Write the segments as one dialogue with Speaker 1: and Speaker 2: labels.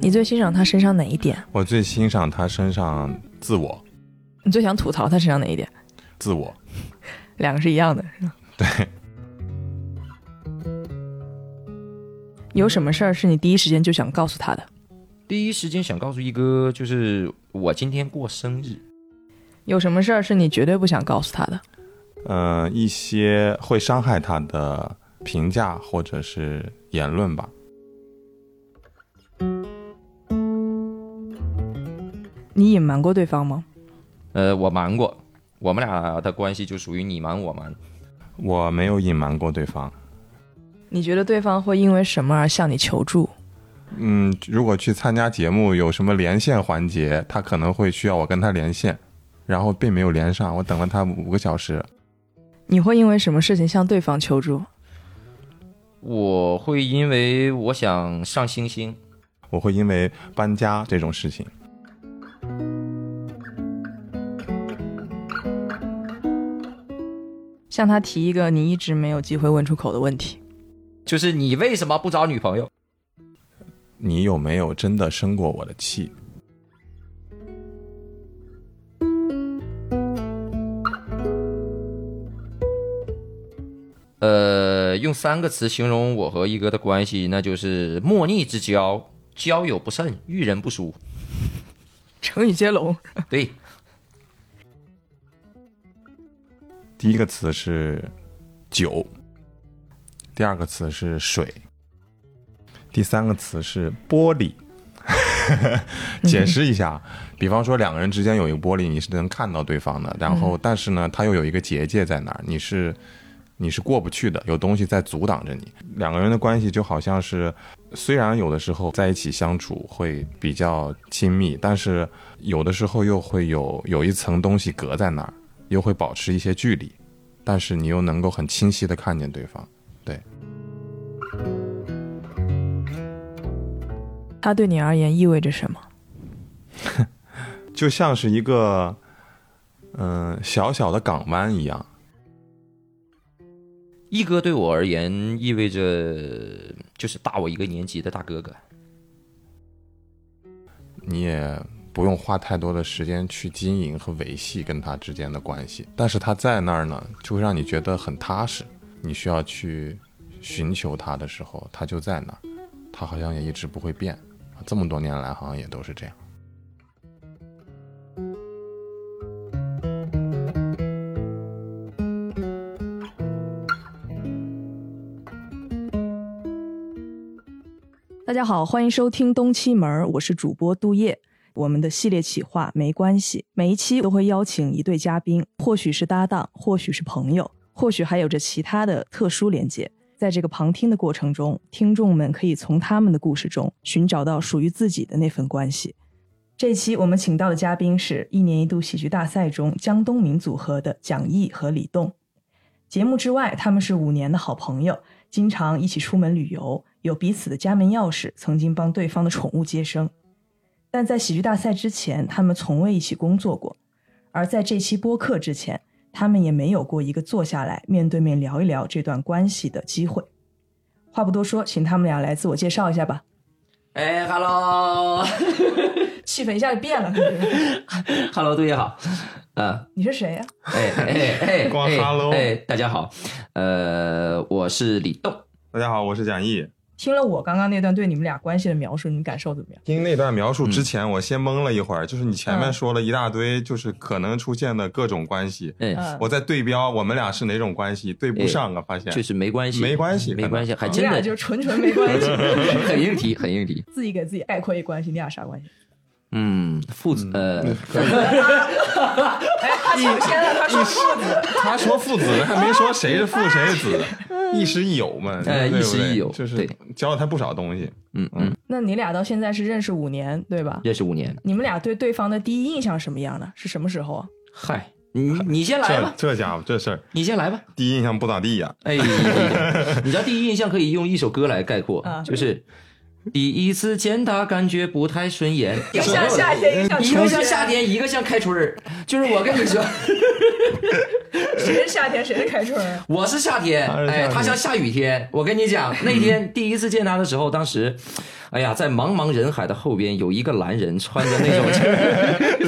Speaker 1: 你最欣赏他身上哪一点？
Speaker 2: 我最欣赏他身上自我，
Speaker 1: 你最想吐槽他身上哪一点？
Speaker 2: 自我，
Speaker 1: 两个是一样的，是吧？
Speaker 2: 对，
Speaker 1: 有什么事儿是你第一时间就想告诉他的？
Speaker 3: 第一时间想告诉一哥，就是我今天过生日。
Speaker 1: 有什么事儿是你绝对不想告诉他的？
Speaker 2: 呃，一些会伤害他的评价或者是言论吧。
Speaker 1: 你隐瞒过对方吗？
Speaker 3: 呃，我瞒过，我们俩的关系就属于你瞒我瞒。
Speaker 2: 我没有隐瞒过对方。
Speaker 1: 你觉得对方会因为什么而向你求助？
Speaker 2: 嗯，如果去参加节目有什么连线环节，他可能会需要我跟他连线，然后并没有连上，我等了他五个小时。
Speaker 1: 你会因为什么事情向对方求助？
Speaker 3: 我会因为我想上星星，
Speaker 2: 我会因为搬家这种事情，
Speaker 1: 向他提一个你一直没有机会问出口的问题？
Speaker 3: 就是你为什么不找女朋友？
Speaker 2: 你有没有真的生过我的气？
Speaker 3: 呃，用三个词形容我和一哥的关系，那就是莫逆之交，交友不慎，遇人不淑。
Speaker 1: 成语接龙。
Speaker 3: 对，
Speaker 2: 第一个词是酒，第二个词是水，第三个词是玻璃。
Speaker 1: 嗯
Speaker 2: 解释一下，比方说两个人之间有一个玻璃，你是能看到对方的，然后但是呢，它又有一个结界在那儿，你是你是过不去的，有东西在阻挡着你。两个人的关系就好像是，虽然有的时候在一起相处会比较亲密，但是有的时候又会有有一层东西隔在那儿，又会保持一些距离，但是你又能够很清晰的看见对方。
Speaker 1: 他对你而言意味着什么？
Speaker 2: 就像是一个，嗯、小小的港湾一样。
Speaker 3: 一哥对我而言意味着就是大我一个年级的大哥哥。
Speaker 2: 你也不用花太多的时间去经营和维系跟他之间的关系，但是他在那儿呢，就会让你觉得很踏实。你需要去寻求他的时候，他就在那儿，他好像也一直不会变，这么多年来好像也都是这样。
Speaker 1: 大家好，欢迎收听东七门儿，我是主播杜叶。我们的系列企划没关系，每一期都会邀请一对嘉宾，或许是搭档，或许是朋友，或许还有着其他的特殊连接。在这个旁听的过程中，听众们可以从他们的故事中寻找到属于自己的那份关系。这期我们请到的嘉宾是一年一度喜剧大赛中江东民组合的蒋毅和李栋。节目之外，他们是五年的好朋友，经常一起出门旅游，有彼此的家门钥匙，曾经帮对方的宠物接生。但在喜剧大赛之前，他们从未一起工作过；而在这期播客之前，他们也没有过一个坐下来面对面聊一聊这段关系的机会。话不多说，请他们俩来自我介绍一下吧。
Speaker 3: 哎，hello，hello，
Speaker 1: 气氛一下就变了，
Speaker 3: 杜爷好，嗯、
Speaker 1: 你是谁呀、啊
Speaker 3: 哎哎哎，
Speaker 2: 光
Speaker 3: 哎
Speaker 2: hello
Speaker 3: 哎，大家好，呃，我是李栋，
Speaker 2: 大家好，我是蒋毅。
Speaker 1: 听了我刚刚那段对你们俩关系的描述，你感受怎么样？
Speaker 2: 听那段描述之前，我先懵了一会儿，就是你前面
Speaker 1: 嗯
Speaker 2: 说了一大堆，就是可能出现的各种关系，
Speaker 3: 嗯，
Speaker 1: 嗯，
Speaker 2: 我在对标我们俩是哪种关系，对不上啊，发现
Speaker 3: 就是没关系，嗯
Speaker 2: 没关系
Speaker 3: 没关系，还
Speaker 1: 你
Speaker 3: 真
Speaker 1: 俩
Speaker 3: 的
Speaker 1: 就是纯纯没关系，
Speaker 3: 很硬题，很硬题。
Speaker 1: 自己给自己概括一关系，你俩啥关系？
Speaker 3: 嗯，父子呃，
Speaker 1: 哎，他抢先了，他说父子，
Speaker 2: 他说父子，还没说谁是父谁是 子，亦师亦友嘛，对不
Speaker 3: 哎
Speaker 2: 对
Speaker 3: 亦师亦友
Speaker 2: 就是
Speaker 3: 对
Speaker 2: 教了他不少东西。
Speaker 3: 嗯嗯，
Speaker 1: 那你俩到现在是认识五年，对吧？
Speaker 3: 认识五年。
Speaker 1: 你们俩对对方的第一印象什么样的？是什么时候啊？
Speaker 3: 嗨，你你先来
Speaker 2: 这
Speaker 3: 吧，
Speaker 2: 这家伙这事儿，
Speaker 3: 你先来吧。
Speaker 2: 第一印 象不咋地呀、
Speaker 3: 哎，你知道第一印象可以用一首歌来概括
Speaker 1: 啊，
Speaker 3: 就是第一次见他感觉不太顺眼，
Speaker 4: 一个像夏天，一个像
Speaker 2: 嗯
Speaker 3: 一个
Speaker 4: 秋
Speaker 3: 像
Speaker 4: 天，
Speaker 3: 夏天，一个像开春儿，就是我跟你说，
Speaker 4: 谁是夏天，谁是开春 啊？
Speaker 3: 我是夏天，
Speaker 2: 他是夏
Speaker 3: 哎，
Speaker 2: 天嗯
Speaker 3: 他像下雨天。我跟你讲，那天第一次见他的时候，当时，哎呀，在茫茫人海的后边有一个蓝人，穿着那种。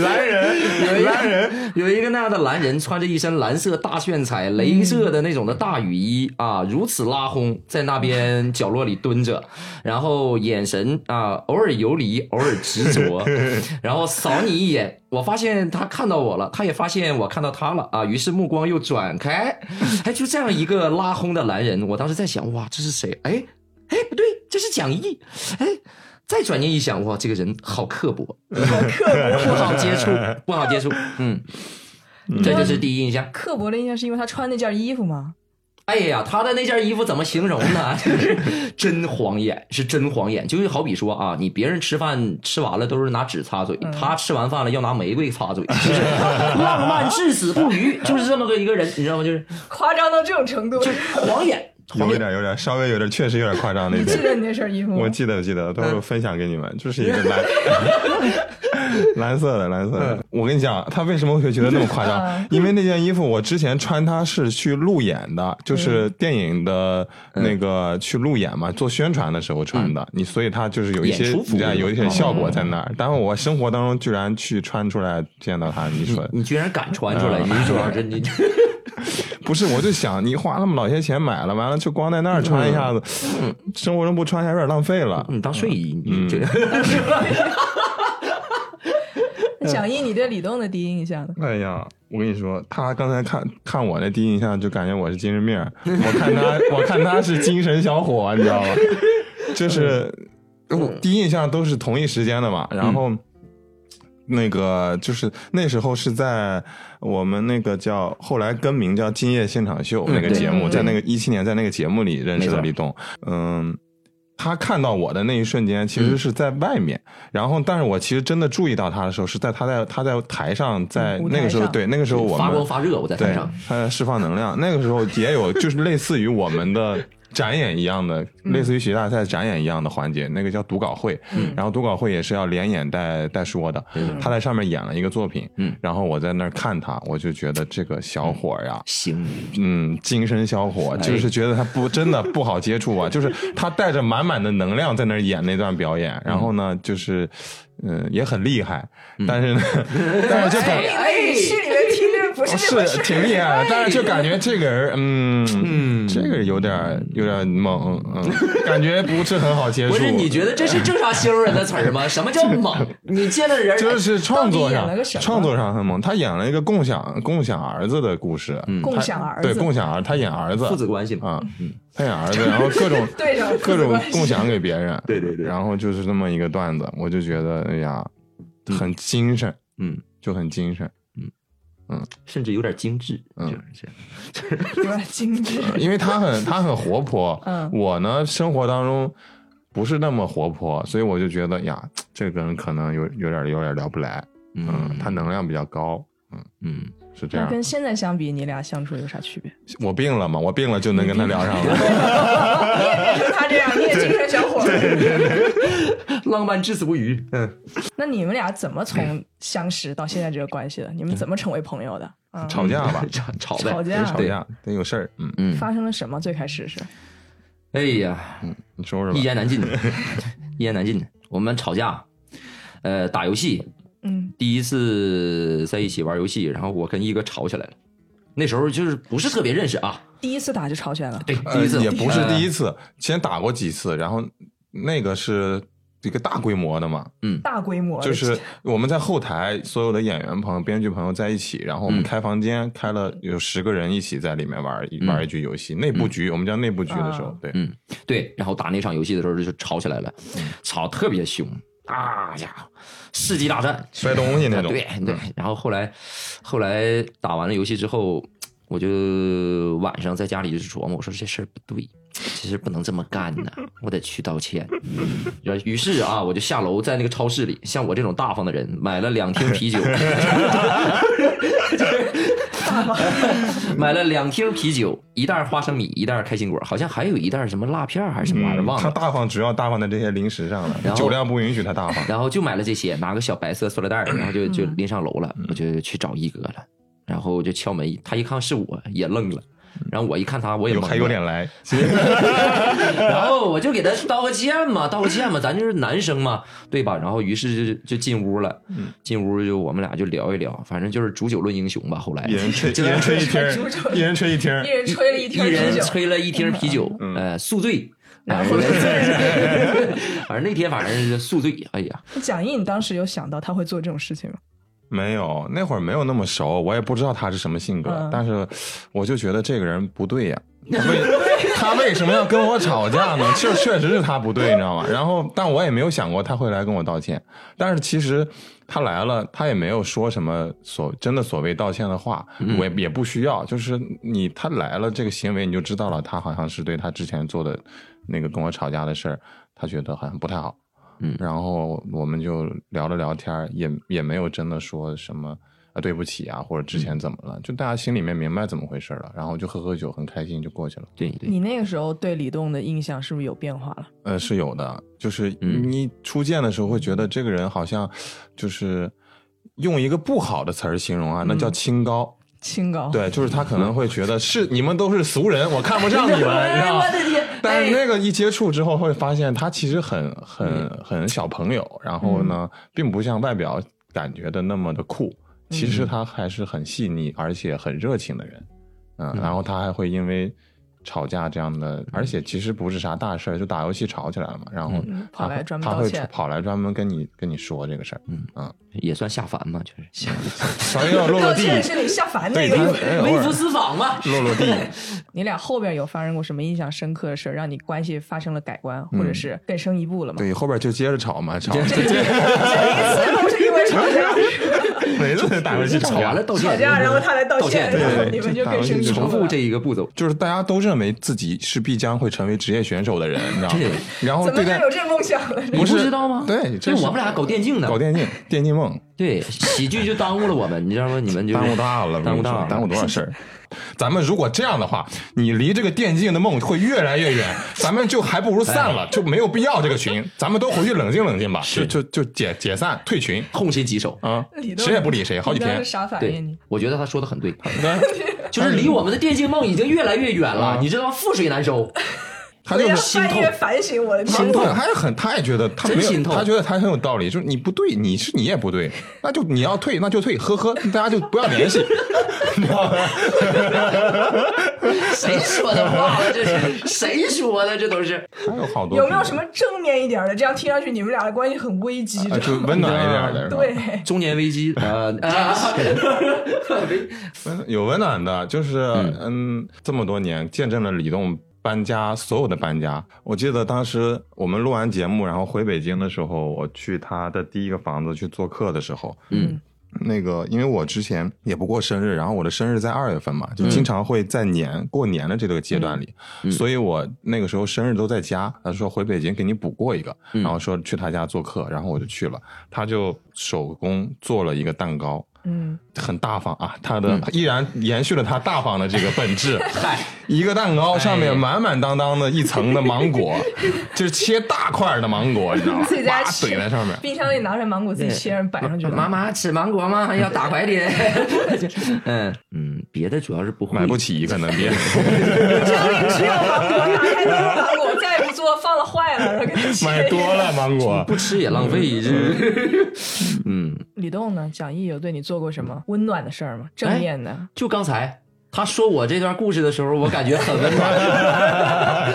Speaker 2: 蓝人，蓝人，
Speaker 3: 有一个那样的蓝人，穿着一身蓝色大炫彩、镭射的那种的大雨衣啊，如此拉轰，在那边角落里蹲着，然后眼神啊，偶尔游离，偶尔执着，然后扫你一眼。我发现他看到我了，他也发现我看到他了啊，于是目光又转开，哎，就这样一个拉轰的蓝人，我当时在想，哇，这是谁？哎，哎，不对，这是蒋毅，哎。再转念一想，哇，这个人好刻薄，
Speaker 4: 好刻薄，
Speaker 3: 不好接 触，不好接触。嗯，这就是第一印象。
Speaker 4: 刻薄的印象是因为他穿那件衣服吗？
Speaker 3: 哎呀，他的那件衣服怎么形容 呢？就是真晃眼，是真晃眼。就是好比说啊，你别人吃饭吃完了都是拿纸擦嘴，
Speaker 2: 嗯
Speaker 3: 他吃完饭了要拿玫瑰擦 嘴，就是浪漫至死不渝，就是这么个一个人，你知道吗？就是
Speaker 4: 夸张到这种程度，
Speaker 3: 晃眼，晃
Speaker 2: 有一
Speaker 3: 眼。
Speaker 2: 点，有点，稍微有点，确实有点夸张那
Speaker 4: 你
Speaker 2: 种
Speaker 4: 记。得你那身衣服吗
Speaker 3: 嗯
Speaker 2: 我？记得，记得，到时候分享给你 们。就是一个蓝蓝色的，蓝色
Speaker 3: 嗯
Speaker 2: 的。我跟你讲，他为什么会觉得那么夸张
Speaker 4: 嗯？
Speaker 2: 因为那件衣服我之前穿它是去路演的，就是电影的那个
Speaker 3: 嗯
Speaker 2: 去路演嘛，做宣传的时候穿的。你所以它就是有一些
Speaker 3: 演出服嗯
Speaker 2: 对有一些效果在那儿。但是我生活当中居然去穿出来见到它，你说
Speaker 3: 你居然敢穿出来，你
Speaker 2: 嗯
Speaker 3: 主要是你
Speaker 2: 不是，我就想你花那么老些钱买了，完了就光在那儿穿一下子，
Speaker 3: 嗯
Speaker 2: 嗯生活中不穿一下有点浪费了。
Speaker 3: 你当睡衣，
Speaker 2: 嗯
Speaker 3: 你这
Speaker 4: 蒋毅，你对李栋的第一印象 呢？
Speaker 2: 哎呀，我跟你说，他刚才看看我的第一印象就感觉我是精神病 儿，我看他，我看他是精神小伙，你知道吗？就是我第一印象都是同一时间的
Speaker 3: 嗯
Speaker 2: 嘛，然后。那个就是那时候是在我们那个叫后来更名叫《今夜现场秀》
Speaker 3: 嗯
Speaker 2: 那个节目，
Speaker 4: 对
Speaker 2: 在那个一七年在那个节目里认识
Speaker 3: 没
Speaker 2: 的
Speaker 3: 错
Speaker 2: 李栋，嗯，他看到我的那一瞬间其
Speaker 4: 嗯
Speaker 2: 实是在外面，然后但是我其实真的注意到他的时候是在他在他在台上，在
Speaker 4: 嗯舞台
Speaker 2: 那个时候
Speaker 4: 上
Speaker 2: 对那个时候我
Speaker 3: 发光
Speaker 2: 们
Speaker 3: 发热，我在台
Speaker 2: 对
Speaker 3: 上。
Speaker 2: 他在释放能量，那个时候也 有就是类似于我们的。展演一样的，
Speaker 4: 嗯
Speaker 2: 类似于喜剧大赛展演一样的环节，那个叫读稿会，然后读稿会也是要连演带带说的。他在上面演了一个作品，
Speaker 3: 嗯
Speaker 2: 然后我在那儿看他，我就觉得这个小伙儿呀，
Speaker 3: 行，
Speaker 2: 嗯，精神小伙，
Speaker 4: 哎
Speaker 2: 就是觉得他不真的不好接触啊， 就是他带着满满的能量在那儿演那段表演，然后呢，就是嗯、也很厉害，但 是呢，但是就感
Speaker 4: 嗯
Speaker 2: 哦
Speaker 4: 哎，是里面听着不是这么
Speaker 2: 是挺厉害的，但是就感觉这个人，嗯嗯，这个有点儿有点儿猛，嗯，感觉不是很好接触。
Speaker 3: 不是你觉得这是正常形容人的词儿吗？什么叫猛？你见了人
Speaker 2: 就是创
Speaker 4: 到
Speaker 2: 作
Speaker 4: 底演了
Speaker 2: 上
Speaker 4: 个什，么
Speaker 2: 创作上很猛。他演了一个共享共享儿子的故事，嗯
Speaker 4: 共享儿
Speaker 2: 对
Speaker 4: 子，嗯
Speaker 2: 共享儿，他演儿子，
Speaker 3: 父子关系嘛。
Speaker 2: 啊，他演儿子，然后各种
Speaker 4: 对上父
Speaker 2: 各种
Speaker 4: 子关系
Speaker 2: 共享给别 人，
Speaker 3: 对对对
Speaker 2: 然后就是这么一个段子，我就觉得哎呀，很精神，
Speaker 3: 嗯，
Speaker 2: 就很精神，
Speaker 3: 甚至有点精致，
Speaker 2: 嗯
Speaker 3: 就是这样。
Speaker 4: 有点精致。
Speaker 2: 因为他很他很活泼，
Speaker 4: 嗯
Speaker 2: 我呢生活当中不是那么活泼，所以我就觉得哎呀，这个人可能有有点有点聊不来，嗯，他能量比较高，
Speaker 3: 嗯，
Speaker 2: 是这
Speaker 4: 那
Speaker 2: 样。
Speaker 4: 跟现在相比，你俩相处有啥区别？
Speaker 2: 我病了嘛，我病了就能跟他聊上了，
Speaker 4: 你也变成他这样，你也精神小伙儿。
Speaker 3: 浪漫至死不渝。嗯，，
Speaker 4: 那你们俩怎么
Speaker 2: 嗯
Speaker 4: 从相识到现在这个关系的？你们怎么成为朋友的？啊，
Speaker 2: 吵架吧
Speaker 3: 吵吵呗，
Speaker 4: 吵
Speaker 2: 得
Speaker 4: 架，
Speaker 2: 吵架，得有事儿，嗯，
Speaker 3: 嗯，
Speaker 4: 发生了什么？最开始是
Speaker 3: 哎呀，
Speaker 2: 你收拾吧
Speaker 3: 一。言 难尽，一言难尽。我们吵架，呃，打游戏，
Speaker 4: 嗯，
Speaker 3: 第一次在一起玩游戏，然后我跟一哥吵起来了。那时候就是不是特别认识啊，
Speaker 4: 第一次打就吵起来了。
Speaker 3: 对，
Speaker 2: 呃
Speaker 3: 第一次嗯
Speaker 2: 也不是第
Speaker 3: 一，
Speaker 2: 一次，先打过几次，然后那个是一个大规模的嘛，
Speaker 4: 大规模的
Speaker 2: 就是我们在后台所有的演员朋友、编剧朋友在一起，然后
Speaker 3: 嗯
Speaker 2: 我们开房间，开了有十个人一起在里面玩一玩一局游戏，内部局，我们叫内部局的时候
Speaker 4: 啊，
Speaker 2: 对，
Speaker 3: 嗯，对。然后打那场游戏的时候就吵起来了，
Speaker 2: 嗯
Speaker 3: 吵特别凶，啊呀，世纪大战，
Speaker 2: 摔东西那
Speaker 3: 啊
Speaker 2: 种，嗯
Speaker 3: 对对，然后后来后来打完了游戏之后，我就晚上在家里就是琢磨，我说这事儿不对，这事儿不能这么干呐，我得去道 歉。然后于是啊，我就下楼在那个超市里，像我这种大方的人，买了两听啤酒，
Speaker 4: 大办法。
Speaker 3: 买了两听啤酒，一袋花生米，一袋开心果，好像还有一袋什么辣片儿还是什么玩意儿，忘
Speaker 2: 嗯他
Speaker 3: 了。
Speaker 2: 大方，主要大方在这些零食上
Speaker 3: 然
Speaker 2: 了，
Speaker 3: 后
Speaker 2: 酒量不允许他大方。
Speaker 3: 然后就买了这些，拿个小白色塑料袋儿，然后
Speaker 1: 嗯
Speaker 3: 就就拎上楼了，
Speaker 2: 嗯
Speaker 3: 我就去找一哥了，然后我就敲门，他一看是我也愣了，然后我一看他我也
Speaker 2: 有嗯
Speaker 3: 懵
Speaker 2: 哎还有
Speaker 3: 了哎
Speaker 2: 脸来，
Speaker 3: 然后我就给他道个歉嘛，道个歉嘛，咱就是男生嘛，对吧？然后于是就就进屋了，
Speaker 2: 嗯
Speaker 3: 进屋就我们俩就聊一聊，反正就是煮酒论英雄吧。后来
Speaker 2: 一人吹一
Speaker 3: 就
Speaker 2: 人 吹一听
Speaker 1: 就
Speaker 2: 儿，一人吹一听儿
Speaker 1: 一，人吹了一听
Speaker 3: 一
Speaker 1: 啤
Speaker 3: 人
Speaker 1: 酒，
Speaker 3: 吹了一听啤酒，
Speaker 2: 嗯
Speaker 3: 呃，宿醉。
Speaker 1: 然后
Speaker 3: 哎 反正那天反正是宿醉，哎呀，
Speaker 4: 蒋毅，你当时有想到他会做这种事情吗？
Speaker 2: 没有，那会儿没有那么熟，我也不知道他是什么性格，
Speaker 4: 嗯
Speaker 2: 但是我就觉得这个人不对呀、他为他为什么要跟我吵架呢？确确实是他不对，你知道吗？然后，但我也没有想过他会来跟我道歉。但是其实他来了，他也没有说什么所真的所谓道歉的话，我也也不需要。就是你他来了这个行为，你就知道了，他好像是对他之前做的那个跟我吵架的事儿，他觉得好像不太好。
Speaker 3: 嗯
Speaker 2: 然后我们就聊了聊天儿，也也没有真的说什么啊对不起啊，或者之前怎么了，就大家心里面明白怎么回事了，然后就喝喝酒，很开心就过去了。
Speaker 3: 对对，
Speaker 4: 你那个时候对李栋的印象是不是有变化了？
Speaker 2: 呃，是有的，就是
Speaker 3: 嗯
Speaker 2: 你初见的时候会觉得这个人好像就是用一个不好的词儿形容啊，那叫清高。
Speaker 4: 清高，
Speaker 2: 对，就是他可能会觉得是你们都是俗人，我看不
Speaker 4: 哎
Speaker 2: 上你 们，你知道吗
Speaker 1: 我？的天！
Speaker 2: 但是那个一接触之后，会发现他其实很很
Speaker 4: 嗯
Speaker 2: 很小朋友，然后呢，并不像外表感觉的那么的酷，其实他还是很细腻而且很热情的人，嗯，然后他还会因为吵架这样
Speaker 4: 嗯
Speaker 2: 的，而且其实不是啥大事儿，就打游戏吵起来了嘛，然后
Speaker 4: 嗯
Speaker 2: 他
Speaker 4: 跑来
Speaker 2: 会
Speaker 4: 专门
Speaker 2: 他
Speaker 4: 道
Speaker 2: 会
Speaker 4: 歉嗯
Speaker 2: 跑来专门跟你跟你说这个事儿，
Speaker 3: 也算下凡嘛，就是
Speaker 2: 稍微要落落
Speaker 4: 道
Speaker 2: 地，
Speaker 4: 歉是你下凡
Speaker 2: 对
Speaker 4: 那
Speaker 2: 他
Speaker 4: 个。
Speaker 2: 哎偶尔
Speaker 3: 私访嘛。
Speaker 2: 落落地，
Speaker 4: 你俩后边有发生过什么印象深刻的事儿，让你关系发生了改观，
Speaker 2: 嗯
Speaker 4: 或者是更深一步了吗？
Speaker 2: 对，后边就接着吵嘛，吵，
Speaker 4: 这哎都是因为吵架，
Speaker 2: 每次打游戏
Speaker 3: 吵完了道歉，
Speaker 1: 吵架，然后他来道
Speaker 3: 道歉
Speaker 1: 歉，
Speaker 2: 对
Speaker 1: 然后
Speaker 2: 对对
Speaker 1: 你们就
Speaker 2: 就
Speaker 1: 更
Speaker 2: 打
Speaker 1: 生气
Speaker 2: 完就
Speaker 1: 了
Speaker 3: 重复这 一个步骤，
Speaker 2: 就是大家都认为自己是必将会成为职业选手的人，你知道吗
Speaker 3: 对？
Speaker 2: 然后
Speaker 1: 怎么
Speaker 2: 对
Speaker 1: 就
Speaker 2: 待
Speaker 1: 有这梦想 了？
Speaker 2: 不
Speaker 3: 你
Speaker 2: 是
Speaker 3: 不知道吗？
Speaker 2: 对
Speaker 3: 这
Speaker 2: 这是
Speaker 3: 我们俩搞电竞的，
Speaker 2: 搞电 竞、电竞梦，
Speaker 3: 对喜剧就耽误了我们，你知道吗？你们就
Speaker 2: 耽误大了，
Speaker 3: 耽误大
Speaker 2: 我
Speaker 3: 了，
Speaker 2: 跟你说耽误多少事儿？咱们如果这样的话，你离这个电竞的梦会越来越 远，咱们就还不如散
Speaker 3: 哎
Speaker 2: 了，就没有必要这个群，咱们都回去冷静冷静吧，就是就就解解散退群
Speaker 3: 痛心疾首。
Speaker 2: 啊
Speaker 4: 李，豆
Speaker 2: 谁也不理谁，好几
Speaker 4: 你当
Speaker 2: 天
Speaker 4: 时。啥
Speaker 1: 哎
Speaker 4: 反应？
Speaker 3: 对
Speaker 4: 你，
Speaker 3: 我觉得他说的很对，
Speaker 2: 对
Speaker 3: 就是离我们的电竞梦已经越来越远了，你知道吗覆水难收。
Speaker 2: 他就
Speaker 1: 我要
Speaker 2: 心
Speaker 1: 半
Speaker 2: 痛啊
Speaker 1: 夜，反省我的
Speaker 2: 他
Speaker 1: 天，啊
Speaker 2: 他也很，他也觉得他没
Speaker 3: 真心
Speaker 2: 有，
Speaker 3: 痛
Speaker 2: 他觉得他很有道理，就是你不对，你是你也 不对，那就你要退，那就退，呵呵，大家就不要联系。
Speaker 3: 谁说的话了？这 是谁说的？这都是
Speaker 2: 还有好多
Speaker 1: 有没有什么正面一点的？这样听上去你们俩的关系很危机，知道
Speaker 2: 啊 就
Speaker 1: 吗
Speaker 2: 温暖一点的，是吧
Speaker 1: 对，
Speaker 3: 中年危机 呃啊！
Speaker 2: 温有温暖的，就是嗯，这么多年见证了李栋搬家所有的搬家。我记得当时我们录完节目，然后回北京的时候，我去他的第一个房子去做客的时候，
Speaker 3: 嗯，
Speaker 2: 那个因为我之前也不过生日，然后我的生日在二月份嘛，就经常会在年、过年的这个阶段里，所以我那个时候生日都在家。他说回北京给你补过一个，然后说去他家做客，然后我就去了，他就手工做了一个蛋糕。
Speaker 4: 嗯，
Speaker 2: 很大方啊，他的依然延续了他大方的这个本质。
Speaker 3: 嗯 嗨，
Speaker 2: 一个蛋糕上
Speaker 3: 哎
Speaker 2: 面满满当当的一层的芒 果，就是切大块儿的芒果，你知道吗？
Speaker 4: 自己在家
Speaker 2: 哇
Speaker 4: 吃
Speaker 2: 怼在上面。
Speaker 4: 冰箱里拿着芒果自己切上摆上去了。
Speaker 3: 妈妈吃芒果吗？要打快点。嗯嗯，别的主要是不会
Speaker 2: 买不。起，可能 别
Speaker 1: 家里只有芒果，打开都是芒果，再不做放了坏了，然后给他切
Speaker 2: 买多了芒 果
Speaker 3: 不。吃也浪费，这嗯，
Speaker 4: 李栋呢？蒋毅有对你做过什么温暖的事儿吗？正
Speaker 3: 哎
Speaker 4: 面的？
Speaker 3: 就刚才他说我这段故事的时候，我感觉很温暖，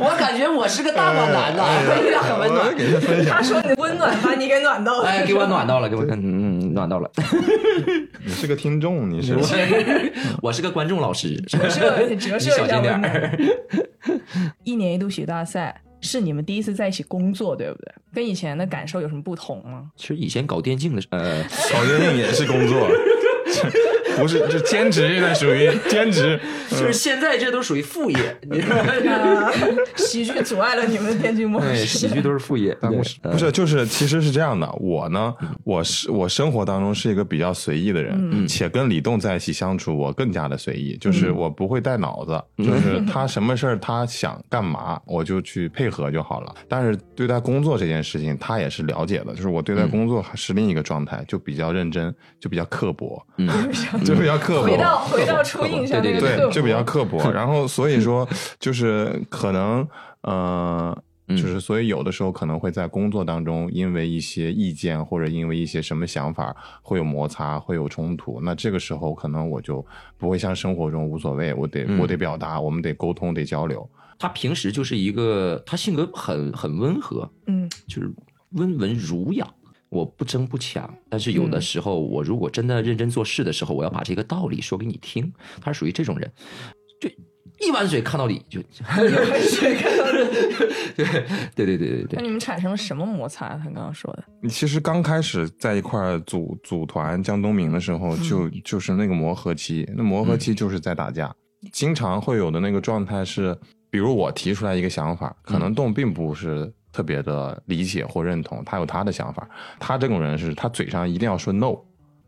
Speaker 3: 我感觉我是个大暖男呐，
Speaker 2: 哎
Speaker 3: 哎很温暖。
Speaker 2: 给他分享
Speaker 1: 他，说你温暖把你给暖到了，
Speaker 3: 哎，给我暖到了，给我嗯嗯暖到了。
Speaker 2: 你是个听众，你 是
Speaker 3: 我是我是个观众老师，折
Speaker 4: 射你折射一下
Speaker 3: 小心点
Speaker 4: 温
Speaker 3: 儿。
Speaker 4: 一年一度喜剧大赛是你们第一次在一起工作，对不对？跟以前的感受有什么不同吗？
Speaker 3: 其实以前搞电竞的时候，呃，
Speaker 2: 搞电竞也是工作， 不是，是兼职，那属于兼职。
Speaker 3: 就是现在这都属于副业，你知道吗？
Speaker 1: 啊喜剧阻碍了你们的编剧模
Speaker 3: 对，
Speaker 1: 式。
Speaker 3: 喜剧都是副业，
Speaker 2: 办公
Speaker 3: 对
Speaker 2: 室不是，
Speaker 1: 嗯
Speaker 2: 就是其实是这样的。我呢，我是我生活当中是一个比较随意的人，
Speaker 1: 嗯
Speaker 2: 嗯且跟李栋在一起相处，我更加的随意，就是我不会带脑子，
Speaker 1: 嗯
Speaker 2: 就是 他什么事儿他想干嘛，我就去配合就好了。但是对待工作这件事情，他也是了解的，就是我
Speaker 1: 嗯
Speaker 2: 对待工作还是另一个状态，就比较认真，就比较刻薄，就比较刻薄。
Speaker 1: 嗯回到回到初印象那个刻
Speaker 2: 对，
Speaker 1: 薄
Speaker 2: 就比较刻薄。然 后所以说，就是可能，呃，就是所以有的时候可能会在工作当中，因为一些意见或者因为一些什么想法会有摩擦，会有冲突。那这个时候可能我就不会像生活中无所谓，我得我得表达，我们得沟通，得交流。
Speaker 3: 他平时就是一个，他性格很很温和，
Speaker 1: 嗯，
Speaker 3: 就是温文儒雅。我不争不抢，但是有的时候，我如果真的认真做事的时候，我要把这个道理说给你听。他是属于这种人，就一碗水看到底，就 对对对对
Speaker 1: 那
Speaker 3: 对，
Speaker 1: 你们产生了什么摩擦？他刚刚说的，
Speaker 2: 你其实刚开始在一块儿组组团江东明的时候，就就是那个磨合期，那磨合期就是在打架，经常会有的那个状态是，比如我提出来一个想法，可能动并不是特别的理解或认同，他有他的想法，他这种人是他嘴上一定要说 no，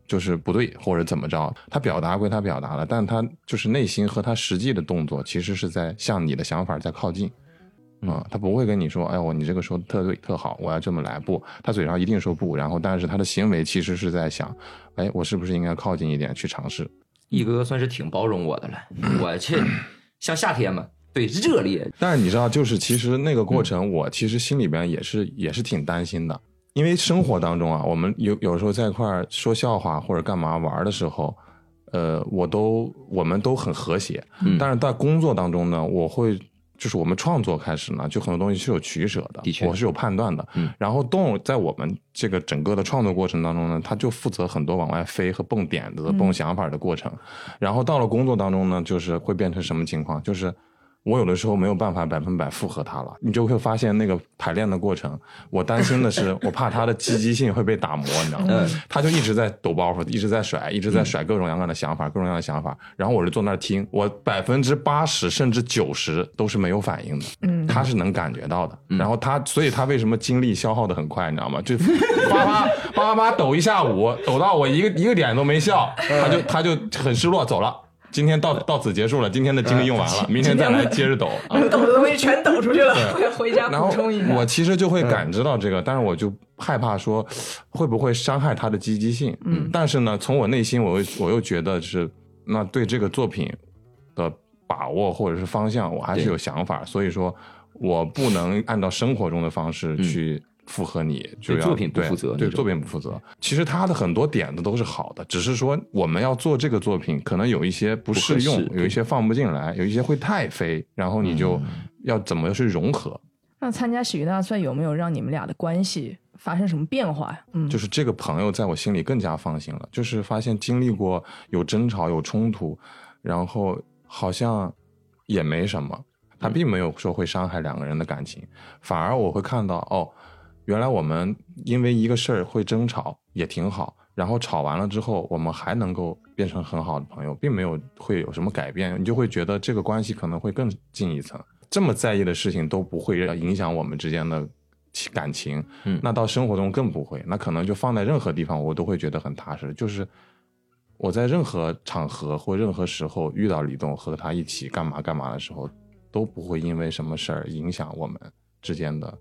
Speaker 2: 就是不对或者怎么着，他表达归他表达了，但他就是内心和他实际的动作其实是在向你的想法在靠近。啊、他不会跟你说，哎呦，你这个说的特对特好，我要这么来不？他嘴上一定说不，然后但是他的行为其实是在想，哎，我是不是应该靠近一点去尝试？
Speaker 3: 一哥算是挺包容我的了。我这像夏天嘛，对热烈，
Speaker 2: 但是你知道，就是其实那个过
Speaker 3: 嗯
Speaker 2: 程，我其实心里边也是也是挺担心的，因为生活当中啊，我们有有时候在一块儿说笑话或者干嘛玩的时候，呃，我都我们都很和谐，
Speaker 3: 嗯
Speaker 2: 但是在工作当中呢，我会。就是我们创作开始呢，就很多东西是有取舍的，
Speaker 3: 的确
Speaker 2: 我是有判断的。
Speaker 3: 嗯
Speaker 2: 然后动在我们这个整个的创作过程当中呢，他就负责很多往外飞和蹦点子、
Speaker 3: 嗯
Speaker 2: 蹦想法的过程。然后到了工作当中呢，就是会变成什么情况？就是我有的时候没有办法百分百附和他了，你就会发现那个排练的过程，我担心的是，我怕他的积极性会被打磨，你知道吗？他就一直在抖包袱，一直在甩，一直在甩各种各样的想法，各种各样的想法。然后我就坐那儿听，我百分之八十甚至九十都是没有反应的，
Speaker 1: 嗯
Speaker 2: 他是能感觉到的。然后他，所以他为什么精力消耗的很快，你知道吗？就叭叭叭叭叭抖一下午，抖到我一个一个点都没笑，他就他就很失落，走了。今天到到此结束了，今天的精力用完了，明天再来接着抖。啊
Speaker 1: 抖的东西全抖出去了，回回家
Speaker 2: 然后
Speaker 1: 补充一下
Speaker 2: 我。其实就会感知到这个，但是我就害怕说会不会伤害他的积极性。嗯，但是呢，从我内心我又我又觉得是那对这个作品的把握或者是方向，我还是
Speaker 3: 对
Speaker 2: 有想法，所以说我不能按照生活中的方式去。附和你，就
Speaker 3: 嗯对
Speaker 2: 要
Speaker 3: 作品不负责
Speaker 2: 对
Speaker 3: 那种
Speaker 2: 作品不负责。其实他的很多点子都是好的，只是说我们要做这个作品，可能有一些不适用
Speaker 3: 不合，适嗯
Speaker 2: 有一些放不进来，有一些会太飞，然后你就要怎么去融合？
Speaker 1: 那参加喜剧大赛有没有让你们俩的关系发生什么变化呀？嗯，
Speaker 2: 就是这个朋友在我心里更加放心了，就是发现经历过有争吵、有冲突，然后好像也没什么，他并没有说会伤害两个人的感情，反而我会看到哦，原来我们因为一个事儿会争吵也挺好，然后吵完了之后，我们还能够变成很好的朋友，并没有会有什么改变，你就会觉得这个关系可能会更进一层。这么在意的事情都不会影响我们之间的情感情，
Speaker 3: 嗯
Speaker 2: 那到生活中更不会，那可能就放在任何地方我都会觉得很踏实，就是。我在任何场合或任何时候遇到李栋和他一起干嘛干嘛的时候，都不会因为什么事儿影响我们之间的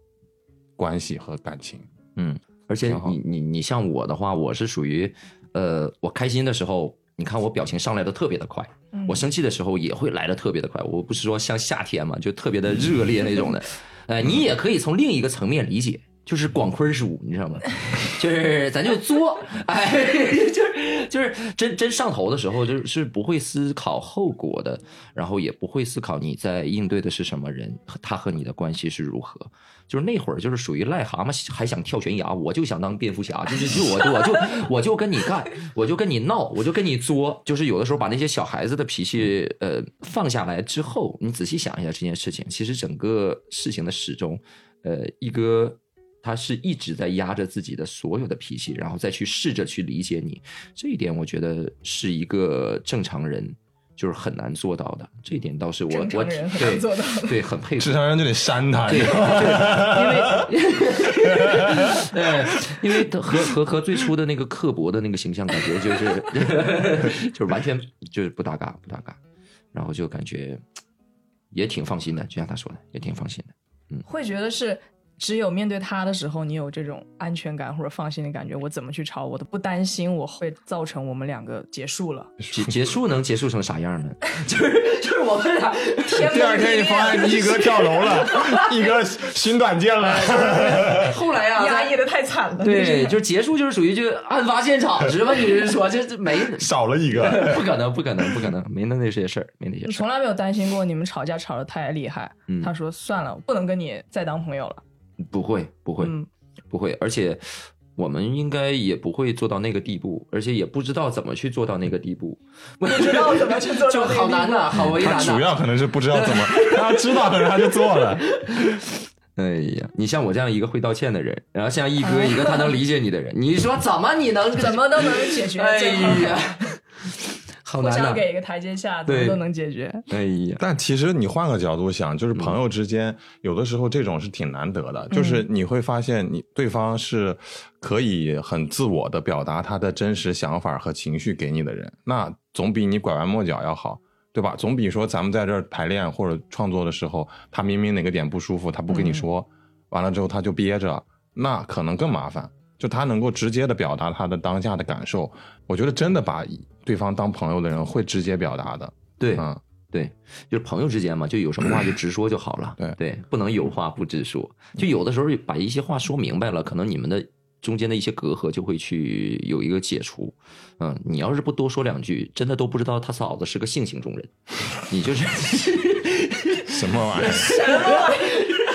Speaker 2: 关系和感情。
Speaker 3: 嗯，而且
Speaker 2: 挺好
Speaker 3: 你你你像我的话，我是属于，呃，我开心的时候，你看我表情上来的特别的快，
Speaker 1: 嗯
Speaker 3: 我生气的时候也会来的特别的快。我不是说像夏天嘛，就特别的热烈那种的，呃，你也可以从另一个层面理解。就是广坤叔，你知道吗？ 就是咱就作， 哎，就是就是真真上头的时候，就是是不会思考后果的，然后也不会思考你在应对的是什么人，和他和你的关系是如何。就是那会儿就是属于癞蛤蟆还想跳悬崖，我就想当蝙蝠侠，就是就我就我就我就跟你干，我就跟你闹，我就跟你作，就是有的时候把那些小孩子的脾气呃放下来之后，你仔细想一下这件事情，其实整个事情的始终，呃，一哥他是一直在压着自己的所有的脾气，然后再去试着去理解你。这一点，我觉得是一个正常人就是很难做到的。这一点倒是我
Speaker 1: 正
Speaker 3: 我
Speaker 1: 常人很
Speaker 3: 对
Speaker 1: 难做到
Speaker 3: 对很佩服
Speaker 2: 智。商人就得扇他。
Speaker 3: 对，对因为，对，因为他和和和最初的那个刻薄的那个形象，感觉就是就是 完全就是不搭嘎，不搭嘎，然后就感觉也挺放心的，就像他说的，也挺放心的。
Speaker 1: 会觉得是只有面对他的时候，你有这种安全感或者放心的感觉。我怎么去吵，我都不担心我会造成我们两个结束了。
Speaker 3: 结结束能结束成啥样呢？就是就是我们俩
Speaker 1: 天
Speaker 2: 第二天你发现 一哥跳楼了，一哥寻短见了，
Speaker 3: 后来 呀、
Speaker 1: 压
Speaker 3: 在
Speaker 1: 抑的太惨了。
Speaker 3: 对，就是结束就是属于就案发现场是吧？你是说这这没
Speaker 2: 少了一个。
Speaker 3: 不可能，不可能，不可能，没那那些事儿，没那些
Speaker 1: 你
Speaker 3: 事儿。
Speaker 1: 从来没有担心过你们吵架吵得太厉害。
Speaker 3: 嗯
Speaker 1: 他说算了，我不能跟你再当朋友了。
Speaker 3: 不会，不会，
Speaker 1: 嗯，
Speaker 3: 不会，而且我们应该也不会做到那个地步，而且也不知道怎么去做到那个地 步，不
Speaker 1: 知道怎么去做到那个地步
Speaker 3: 就好难呐、啊好为
Speaker 2: 他
Speaker 3: 难
Speaker 2: 主
Speaker 3: 呐、
Speaker 2: 要可能是不知道怎么，他知道可能他就做了。
Speaker 3: 哎呀，你像我这样一个会道歉的人，然后像一
Speaker 1: 哎
Speaker 3: 哥一个他能理解你的人，你说怎么你能
Speaker 1: 怎？么都能解决，
Speaker 3: 哎
Speaker 1: 最后
Speaker 3: 呀， 好
Speaker 1: 互
Speaker 3: 难呐、
Speaker 1: 相给一个台阶下，怎么
Speaker 3: 对
Speaker 1: 都能解决。
Speaker 3: 哎呀，
Speaker 2: 但其实你换个角度想，就是朋友之间有的时候这种是挺难得的，就是你会发现你对方是可以很自我的表达他的真实想法和情绪给你的人，那总比你拐弯抹角要好。对吧？总比说咱们在这儿排练或者创作的时候，他明明哪个点不舒服，他不跟你说，完了之后他就憋着，那可能更麻烦。就他能够直接的表达他的当下的感受，我觉得真的把对方当朋友的人会直接表达的。
Speaker 3: 对。
Speaker 2: 嗯，
Speaker 3: 对，就是朋友之间嘛，就有什么话 就直说就好了。
Speaker 2: 对
Speaker 3: 不能有话不直说。就有的时候把一些话说明白了，可能你们的中间的一些隔阂就会去有一个解除。嗯，你要是不多说两句，真的都不知道他嫂子是个性情中人。 你就是，
Speaker 2: 什么玩意儿？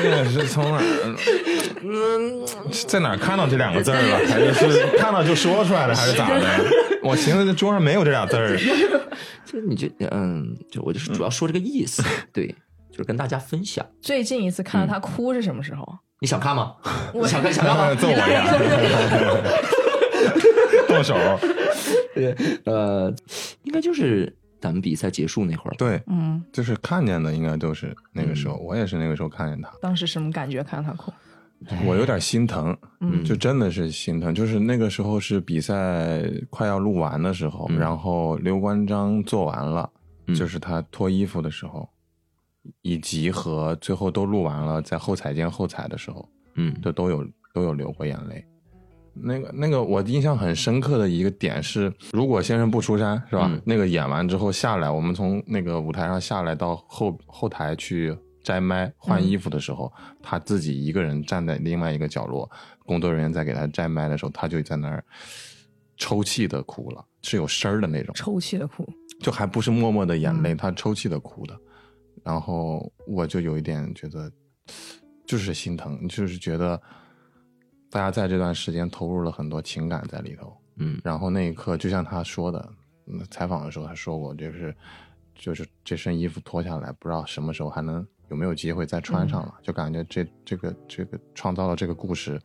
Speaker 2: 这个是从哪儿？嗯在哪儿看到这两个字儿了？ 还是是看到就说出来了，还是咋的？我寻思这桌上没有这俩字 儿。
Speaker 3: 就你就嗯，就我就是主要说这个 意思，对，就是跟大家分享。
Speaker 1: 最近一次看
Speaker 2: 嗯
Speaker 1: 到他哭是什么时候？啊
Speaker 3: 你想看吗？
Speaker 1: 我
Speaker 3: 想看想看 吗？
Speaker 2: 揍 我呀！ 动手。
Speaker 3: 呃，应该就是咱们比赛结束那会儿吧。
Speaker 2: 对，
Speaker 1: 嗯，
Speaker 2: 就是看见的应该都是那个时候，我也是那个时候看见他，
Speaker 1: 当时什么感觉？看到他哭，
Speaker 2: 我有点心疼，
Speaker 1: 嗯
Speaker 2: 就真的是心疼。就是那个时候是比赛快要录完的时候，
Speaker 3: 嗯
Speaker 2: 然后刘关张做完了，
Speaker 3: 嗯
Speaker 2: 就是他脱衣服的时候，以及和最后都录完了，在后采间后采的时候，
Speaker 3: 嗯，
Speaker 2: 就都有都有流过眼泪。那个那个，我印象很深刻的一个点是，如果先生不出山，是吧？
Speaker 3: 嗯
Speaker 2: 那个演完之后下来，我们从那个舞台上下来到后后台去摘麦换衣服的时候，他自己一个人站在另外一个角落，工作人员在给他摘麦的时候，他就在那儿抽泣的哭了，是有声儿的那种。
Speaker 1: 抽泣的哭。
Speaker 2: 就还不是默默的眼泪，他抽泣的哭的。然后我就有一点觉得，就是心疼，就是觉得大家在这段时间投入了很多情感在里头。
Speaker 3: 嗯
Speaker 2: 然后那一刻，就像他说的，嗯采访的时候他说过，就是就是这身衣服脱下来，不知道什么时候还能有没有机会再穿上了，就感觉这这个这个创造了这个故事，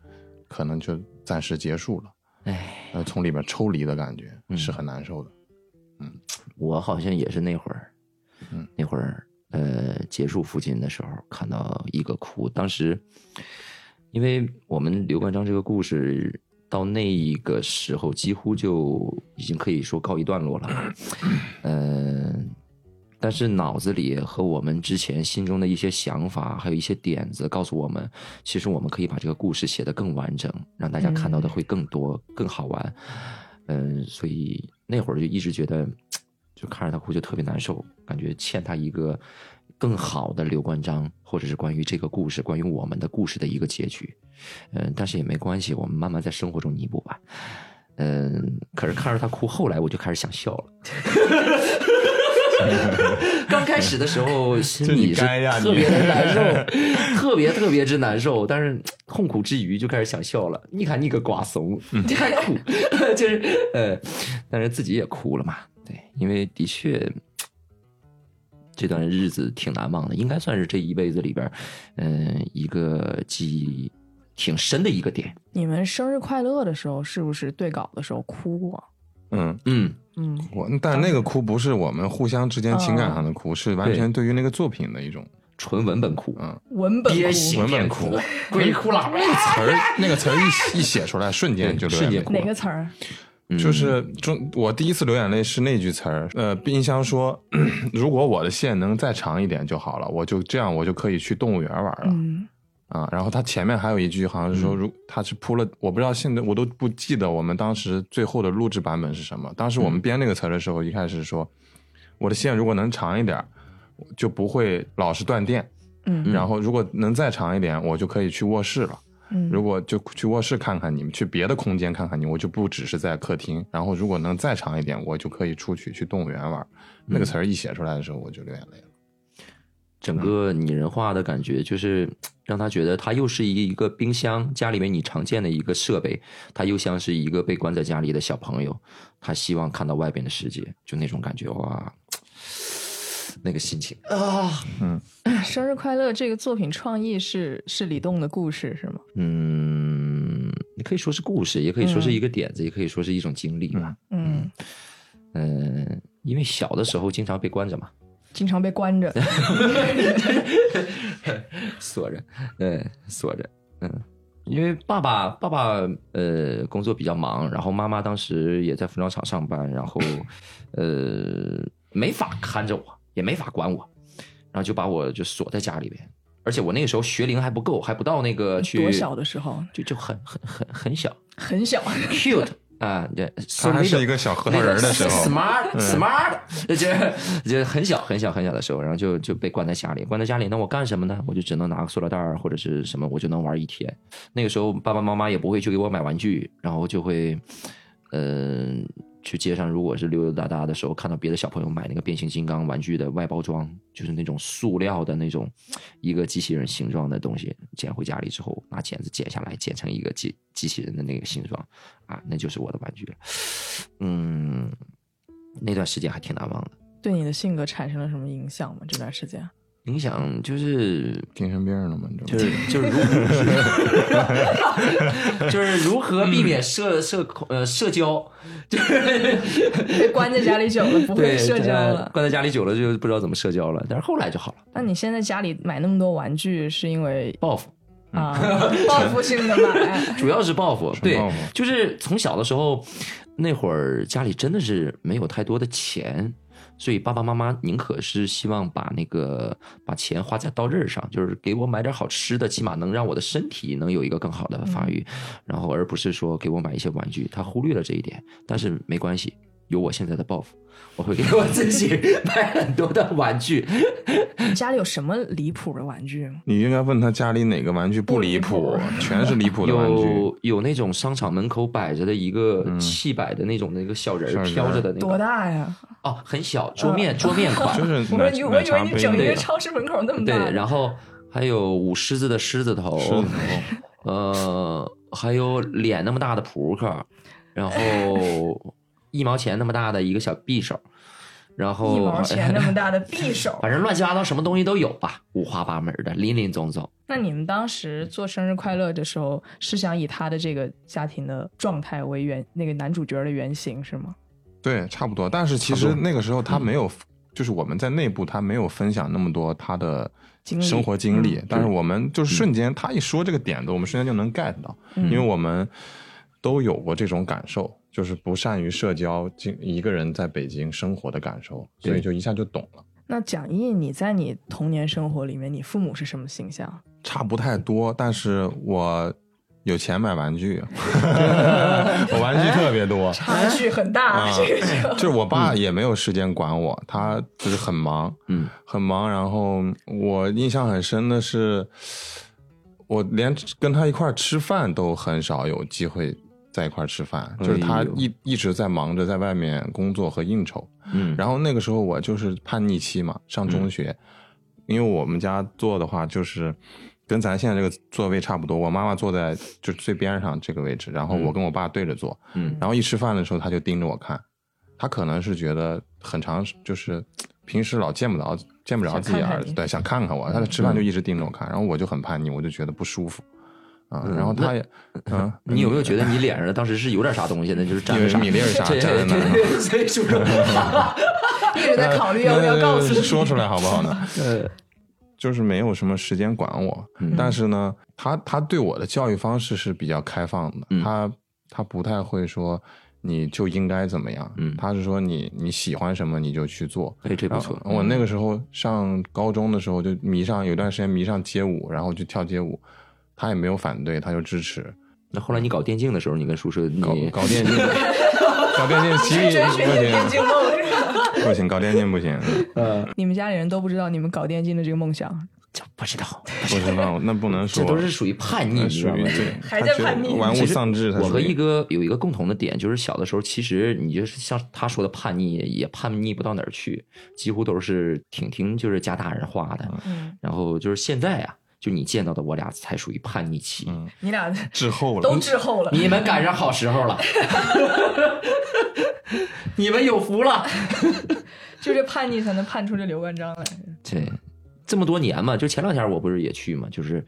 Speaker 2: 可能就暂时结束了。
Speaker 3: 哎，
Speaker 2: 呃，从里边抽离的感觉
Speaker 3: 嗯
Speaker 2: 是很难受的。
Speaker 3: 我好像也是那会儿，
Speaker 2: 嗯
Speaker 3: 那会儿呃结束父亲的时候，看到一个哭，当时因为我们刘关张这个故事到那一个时候几乎就已经可以说告一段落了，嗯、但是脑子里和我们之前心中的一些想法，还有一些点子，告诉我们，其实我们可以把这个故事写得更完整，让大家看到的会更多、更好玩。嗯，所以那会儿就一直觉得，就看着他哭就特别难受，感觉欠他一个更好的刘关张，或者是关于这个故事、关于我们的故事的一个结局。嗯，但是也没关系，我们慢慢在生活中弥补吧。嗯，可是看着他哭，后来我就开始想笑了。 刚开始的时候，心
Speaker 2: 就你
Speaker 3: 里是
Speaker 2: 该呀
Speaker 3: 特
Speaker 2: 你
Speaker 3: 别的难受，特别特别之难受。但是痛苦之余，就开始想笑了。你看你个瓜怂，
Speaker 2: 嗯
Speaker 3: 你还哭， 就是呃，但是自己也哭了嘛。对，因为的确这段呃日子挺难忘的，应该算是这一辈子里边，嗯、一个记忆挺深的一个点。
Speaker 1: 你们生日快乐的时候，是不是对稿的时候哭过？
Speaker 2: 嗯，
Speaker 3: 嗯，
Speaker 1: 嗯，
Speaker 2: 我但那个哭不是我们互相之间情感上的哭，是完全对于那个作品的一种
Speaker 3: 纯文本哭，
Speaker 2: 嗯
Speaker 1: 文本
Speaker 3: 憋
Speaker 1: 哭
Speaker 3: 血
Speaker 2: 文
Speaker 3: 便
Speaker 2: 本
Speaker 3: 哭
Speaker 2: 哭，
Speaker 3: 鬼哭狼
Speaker 2: 那个词儿，那个词儿一写一写出来，瞬间就流
Speaker 3: 瞬
Speaker 2: 眼
Speaker 3: 间
Speaker 2: 泪
Speaker 3: 哭。
Speaker 1: 哪个词儿？
Speaker 3: 嗯
Speaker 2: 就是中，我第一次流眼泪是那句词儿，呃，冰箱说， 如果我的线能再长一点就好了，我就这样，我就可以去动物园玩了、
Speaker 1: 嗯，
Speaker 2: 啊。然后他前面还有一句，好像是说，如他是铺了，我不知道现在我都不记得我们当时最后的录制版本是什么。当时我们编那个词儿的时候，一开始说，我的线如果能长一点儿，就不会老是断电。
Speaker 1: 嗯，
Speaker 2: 然后如果能再长一点，我就可以去卧室了。
Speaker 1: 嗯
Speaker 2: 如果就去卧室看看你们，去别的空间看看你，我就不只是在客厅。然后如果能再长一点，我就可以出去去动物园玩。那个词儿一写出来的时候，我就流眼泪了。
Speaker 3: 整个拟人化的感觉，就是让他觉得他又是一个冰箱，家里面你常见的一个设备，他又像是一个被关在家里的小朋友，他希望看到外边的世界，就那种感觉，哇，那个心情啊，
Speaker 1: 生日快乐这个作品创意是是李栋的故事是吗？
Speaker 3: 嗯，你可以说是故事，也可以说是一个点子，也可以说是一种经历吧。
Speaker 1: 嗯，
Speaker 3: 嗯、因为小的时候经常被关着嘛，
Speaker 1: 经常被关着。
Speaker 3: 锁着，嗯，锁着，嗯，因为爸爸爸爸呃工作比较忙，然后妈妈当时也在服装厂上班，然后呃没法看着我，也没法管我，然后就把我就锁在家里边，而且我那个时候学龄还不够，还不到那个去
Speaker 1: 多小的时候，
Speaker 3: 就就很很很很小
Speaker 1: 很小，
Speaker 3: cute 啊，对，
Speaker 2: 他还是一个小核桃仁儿的 时候，
Speaker 3: ，smart smart，就 就很小很小很小的时候，然后就就被关在家里，关在家里，那我干什么呢？我就只能拿个塑料袋儿或者是什么，我就能玩一天。那个时候爸爸妈妈也不会去给我买玩具，然后就会，嗯、去街上，如果是溜溜达达的时候，看到别的小朋友买那个变形金刚玩具的外包装，就是那种塑料的那种一个机器人形状的东西，捡回家里之后拿剪子剪下来，剪成一个机机器人的那个形状，啊，那就是我的玩具了。嗯，那段时间还挺难忘的，
Speaker 1: 对你的性格产生了什么影响吗？这段时间，
Speaker 3: 影响就是
Speaker 2: 精神病了嘛，你知
Speaker 3: 就
Speaker 2: 道
Speaker 3: 是
Speaker 2: 吗？
Speaker 3: 就是如就是如何 避免社社恐呃社交，就是
Speaker 1: 被关在家里久了，不会
Speaker 3: 对
Speaker 1: 社交
Speaker 3: 呃
Speaker 1: 了。
Speaker 3: 关在家里久了就不知道怎么社交了，但是后来就好了，
Speaker 1: 那你现在家里买那么多玩具，是因为
Speaker 3: 报复。
Speaker 1: 啊报复性的买？
Speaker 3: 主要是报复，
Speaker 2: 纯
Speaker 3: 对
Speaker 2: 哎报复，
Speaker 3: 就是从小的时候，那会儿家里真的是没有太多的钱，所以爸爸妈妈宁可是希望把那个把钱花在刀刃上，就是给我买点好吃的，起码能让我的身体能有一个更好的发育，
Speaker 2: 嗯
Speaker 3: 然后而不是说给我买一些玩具，他忽略了这一点，但是没关系，有我现在的报复。我会给我自己买很多的玩具，
Speaker 1: 你 家里有什么离谱的玩具吗？
Speaker 2: 你应该问他家里哪个玩具不离
Speaker 1: 不
Speaker 2: 谱
Speaker 1: 离，
Speaker 2: 全是离谱的玩具。嗯
Speaker 3: 有有那种商场门口摆着的一个气摆的那种那个小人
Speaker 2: 小
Speaker 3: 儿
Speaker 2: 人儿
Speaker 3: 飘着的那个，
Speaker 1: 多大呀？
Speaker 3: 哦，很小，桌 面桌面款，
Speaker 2: 嗯就是
Speaker 1: 我
Speaker 2: 奶
Speaker 1: 以为我
Speaker 2: 奶
Speaker 1: 以
Speaker 2: 茶
Speaker 1: 为
Speaker 2: 杯
Speaker 1: 你整一
Speaker 2: 那
Speaker 1: 个
Speaker 2: 个
Speaker 1: 超市门口那么
Speaker 3: 对
Speaker 1: 大，，
Speaker 3: 然后还有舞狮子的狮子头，
Speaker 2: 狮子
Speaker 3: 呃，还有脸那么大的扑克，然后一毛钱那么大的一个小匕首，然后。
Speaker 1: 一毛钱 那么大的匕首
Speaker 3: 反正乱七八糟什么东西都有吧，五花八门的，林林总总。
Speaker 1: 那你们当时做生日快乐的时候，是想以他的这个家庭的状态为原那个男主角的原型是吗？
Speaker 2: 对，差不多。嗯但是其
Speaker 3: 差
Speaker 2: 实
Speaker 3: 不多
Speaker 2: 那个时候他没有，就是我们在内部他没有分享那么多他的
Speaker 1: 经历嗯
Speaker 2: 生活经历，但是我们就是瞬间、他一说这个点子，我们瞬间就能 get 到，
Speaker 1: 嗯
Speaker 2: 因为我们都有过这种感受，就是不善于社交，经一个人在北京生活的感受，
Speaker 3: 对
Speaker 2: 所以就一下就懂了。
Speaker 1: 那蒋毅，你在你童年生活里面，你父母是什么形象？
Speaker 2: 差不太多，但是我有钱买玩 具，我玩具特别多。啊
Speaker 1: 差距很大，哎啊 这个就
Speaker 2: 就是我爸也没有时间管我，他就是很忙，
Speaker 3: 嗯，
Speaker 2: 很忙。然后我印象很深的是，我连跟他一块儿吃饭都很少有机会在一块儿吃饭，就是他
Speaker 3: 哎呦
Speaker 2: 一一直在忙着在外面工作和应酬。
Speaker 3: 嗯
Speaker 2: 然后那个时候我就是叛逆期嘛，上
Speaker 1: 嗯
Speaker 2: 中学，因为我们家坐的话就是跟咱现在这个座位差不多，我妈妈坐在就是最边上这个位置，然后我跟我爸对着坐，
Speaker 3: 嗯
Speaker 2: 然后一吃饭的时候他就盯着我看，他可能是觉得很长时就是平时老见不着见不着自己
Speaker 1: 想看看
Speaker 2: 儿子，
Speaker 1: 你嗯
Speaker 2: 对，想看看我，他吃饭就一直盯着我看，然后我就很叛逆，我就觉得不舒服。啊。
Speaker 3: 嗯
Speaker 2: 然后他 也，嗯，
Speaker 3: 你有没有觉得你脸上当时是有点啥东西呢？就是沾了啥？
Speaker 2: 有米粒儿啥
Speaker 3: 对
Speaker 2: 沾在那儿
Speaker 3: 对对对所以说，
Speaker 1: 一直在考虑要不要告诉
Speaker 2: 呃
Speaker 1: 你。
Speaker 2: 说出来好不好 呢？就是没有什么时间管我，但是呢，他他对我的教育方式是比较开放的，
Speaker 3: 嗯
Speaker 2: 他他不太会说你就应该怎么样，
Speaker 3: 嗯
Speaker 2: 他是说你你喜欢什么你就去做。
Speaker 3: 哎，这不错
Speaker 2: 然。后我那个时候上高中的时候就迷上，有段时间迷上街舞，然后就跳街舞，他也没有反对，他就支持。
Speaker 3: 那后来你搞电竞的时候，你跟叔叔
Speaker 2: 搞
Speaker 3: 你
Speaker 2: 搞 电竞，搞电竞其实不行，不行，搞电竞不行，
Speaker 1: 你们家里人都不知道你们搞电竞的这个梦想，
Speaker 3: 呃这不知道，
Speaker 2: 不知道那不能说，
Speaker 3: 这都是属于叛逆，
Speaker 2: 那
Speaker 3: 你知
Speaker 2: 属
Speaker 3: 道
Speaker 2: 于
Speaker 3: 吗？
Speaker 2: 这
Speaker 1: 还
Speaker 2: 他
Speaker 1: 在
Speaker 2: 觉得
Speaker 1: 叛逆
Speaker 2: 玩物丧志。他
Speaker 3: 我
Speaker 2: 属
Speaker 3: 和
Speaker 2: 于
Speaker 3: 一哥有一个共同的点，就是小的时候，其实你就是像他说的叛逆，也叛逆不到哪儿去，几乎都是挺听就是家大人话的。
Speaker 1: 嗯，
Speaker 3: 然后就是现在啊，就你见到的我俩才属于叛逆期，
Speaker 2: 嗯
Speaker 1: 你俩
Speaker 2: 滞后了
Speaker 1: 都，滞后了。
Speaker 3: 你们赶上好 时候了，你们有福了。
Speaker 1: 就这叛逆才能叛出这刘关张来。
Speaker 3: 对，这么多年嘛，就前两天我不是也去嘛，就是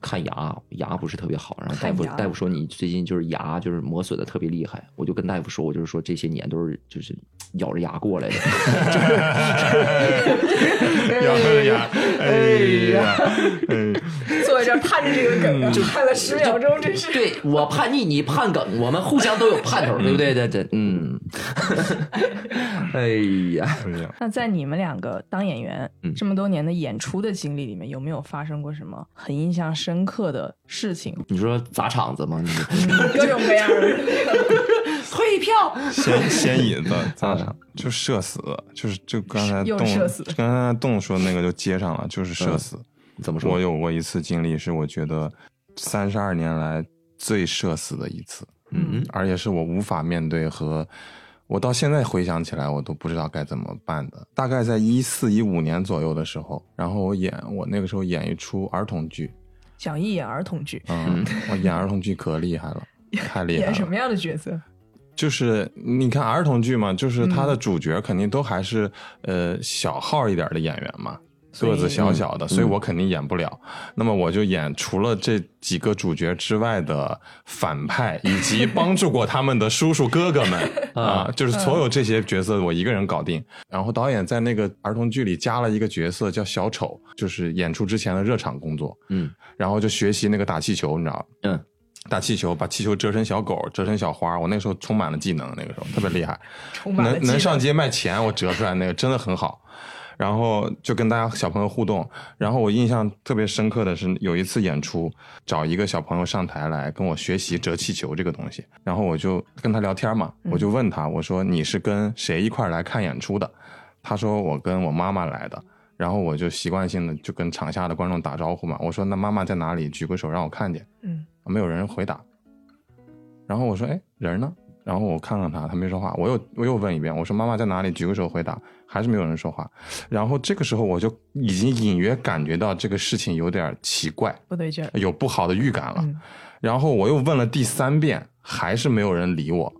Speaker 3: 看牙，牙不是特别好，然后大
Speaker 1: 看
Speaker 3: 夫
Speaker 1: 牙
Speaker 3: 大夫说你最近就是牙就是磨损的特别厉害，我就跟大夫说，我就是说这些年都是就是咬着牙过来的，
Speaker 1: 哎
Speaker 2: 咬着牙，哎呀，
Speaker 1: 坐在这儿盼着这个梗，啊就盼了十秒钟，真是。
Speaker 3: 对我叛逆，你叛梗，我们互相都有盼头，对不对？这这，嗯， 哎呀，
Speaker 2: 不一样。
Speaker 1: 那在你们两个当演员
Speaker 3: 嗯
Speaker 1: 这么多年的演出的经历里面，有没有发生过什么很印象深刻的事情？
Speaker 3: 你说砸场子吗？你说
Speaker 1: 各种各样的。
Speaker 3: 退票，
Speaker 2: 先先引子咋上？就射死，就是就刚才
Speaker 1: 嗯又
Speaker 2: 动
Speaker 1: 射死，嗯
Speaker 2: 刚才动说那个就接上了，就是射死。
Speaker 3: 怎么
Speaker 2: 我
Speaker 3: 说？
Speaker 2: 有过一次经历，是我觉得三十二年来最社死的一次，
Speaker 3: 嗯，
Speaker 2: 而且是我无法面对和。我到现在回想起来，我都不知道该怎么办的。大概在一四一五年左右的时候，然后我演我那个时候演一出儿童剧，
Speaker 1: 想一演儿童剧，
Speaker 2: 嗯，我演儿童剧可厉害了，太厉害了。 啊
Speaker 1: 演什么样的角色？
Speaker 2: 就是你看儿童剧嘛，就是它的主角肯定都还是、呃小号一点的演员嘛，
Speaker 1: 所以
Speaker 2: 个子小小的，所以
Speaker 3: 嗯
Speaker 2: 我肯定演不了。那么我就演除了这几个主角之外的反派，以及帮助过他们的叔叔哥哥们啊，就是所有这些角色我一个人搞定。然后导演在那个儿童剧里加了一个角色叫小丑，就是演出之前的热场工作，
Speaker 3: 嗯，
Speaker 2: 然后就学习那个打气球，你知道吧
Speaker 3: 嗯，
Speaker 2: 打气球，把气球折成小狗，折成小花。我那时候充满了技能，那个时候特别厉害，
Speaker 1: 充满了
Speaker 2: 能
Speaker 1: 技能
Speaker 2: 能上街卖钱，我折出来那个真的很好。然后就跟大家小朋友互动，然后我印象特别深刻的是有一次演出，找一个小朋友上台来跟我学习折气球这个东西，然后我就跟他聊天嘛，我就问他，我说你是跟谁一块儿来看演出的？他说我跟我妈妈来的，然后我就习惯性的就跟场下的观众打招呼嘛，我说那妈妈在哪里？举个手让我看见。
Speaker 1: 嗯，
Speaker 2: 没有人回答。然后我说：“哎，人呢？”然后我看看他，他没说话。我又我又问一遍，我说：“妈妈在哪里？”举个手回答，还是没有人说话。然后这个时候我就已经隐约感觉到这个事情有点奇怪，
Speaker 1: 不对劲儿。
Speaker 2: 有不好的预感了。
Speaker 1: 嗯
Speaker 2: 然后我又问了第三遍，还是没有人理我。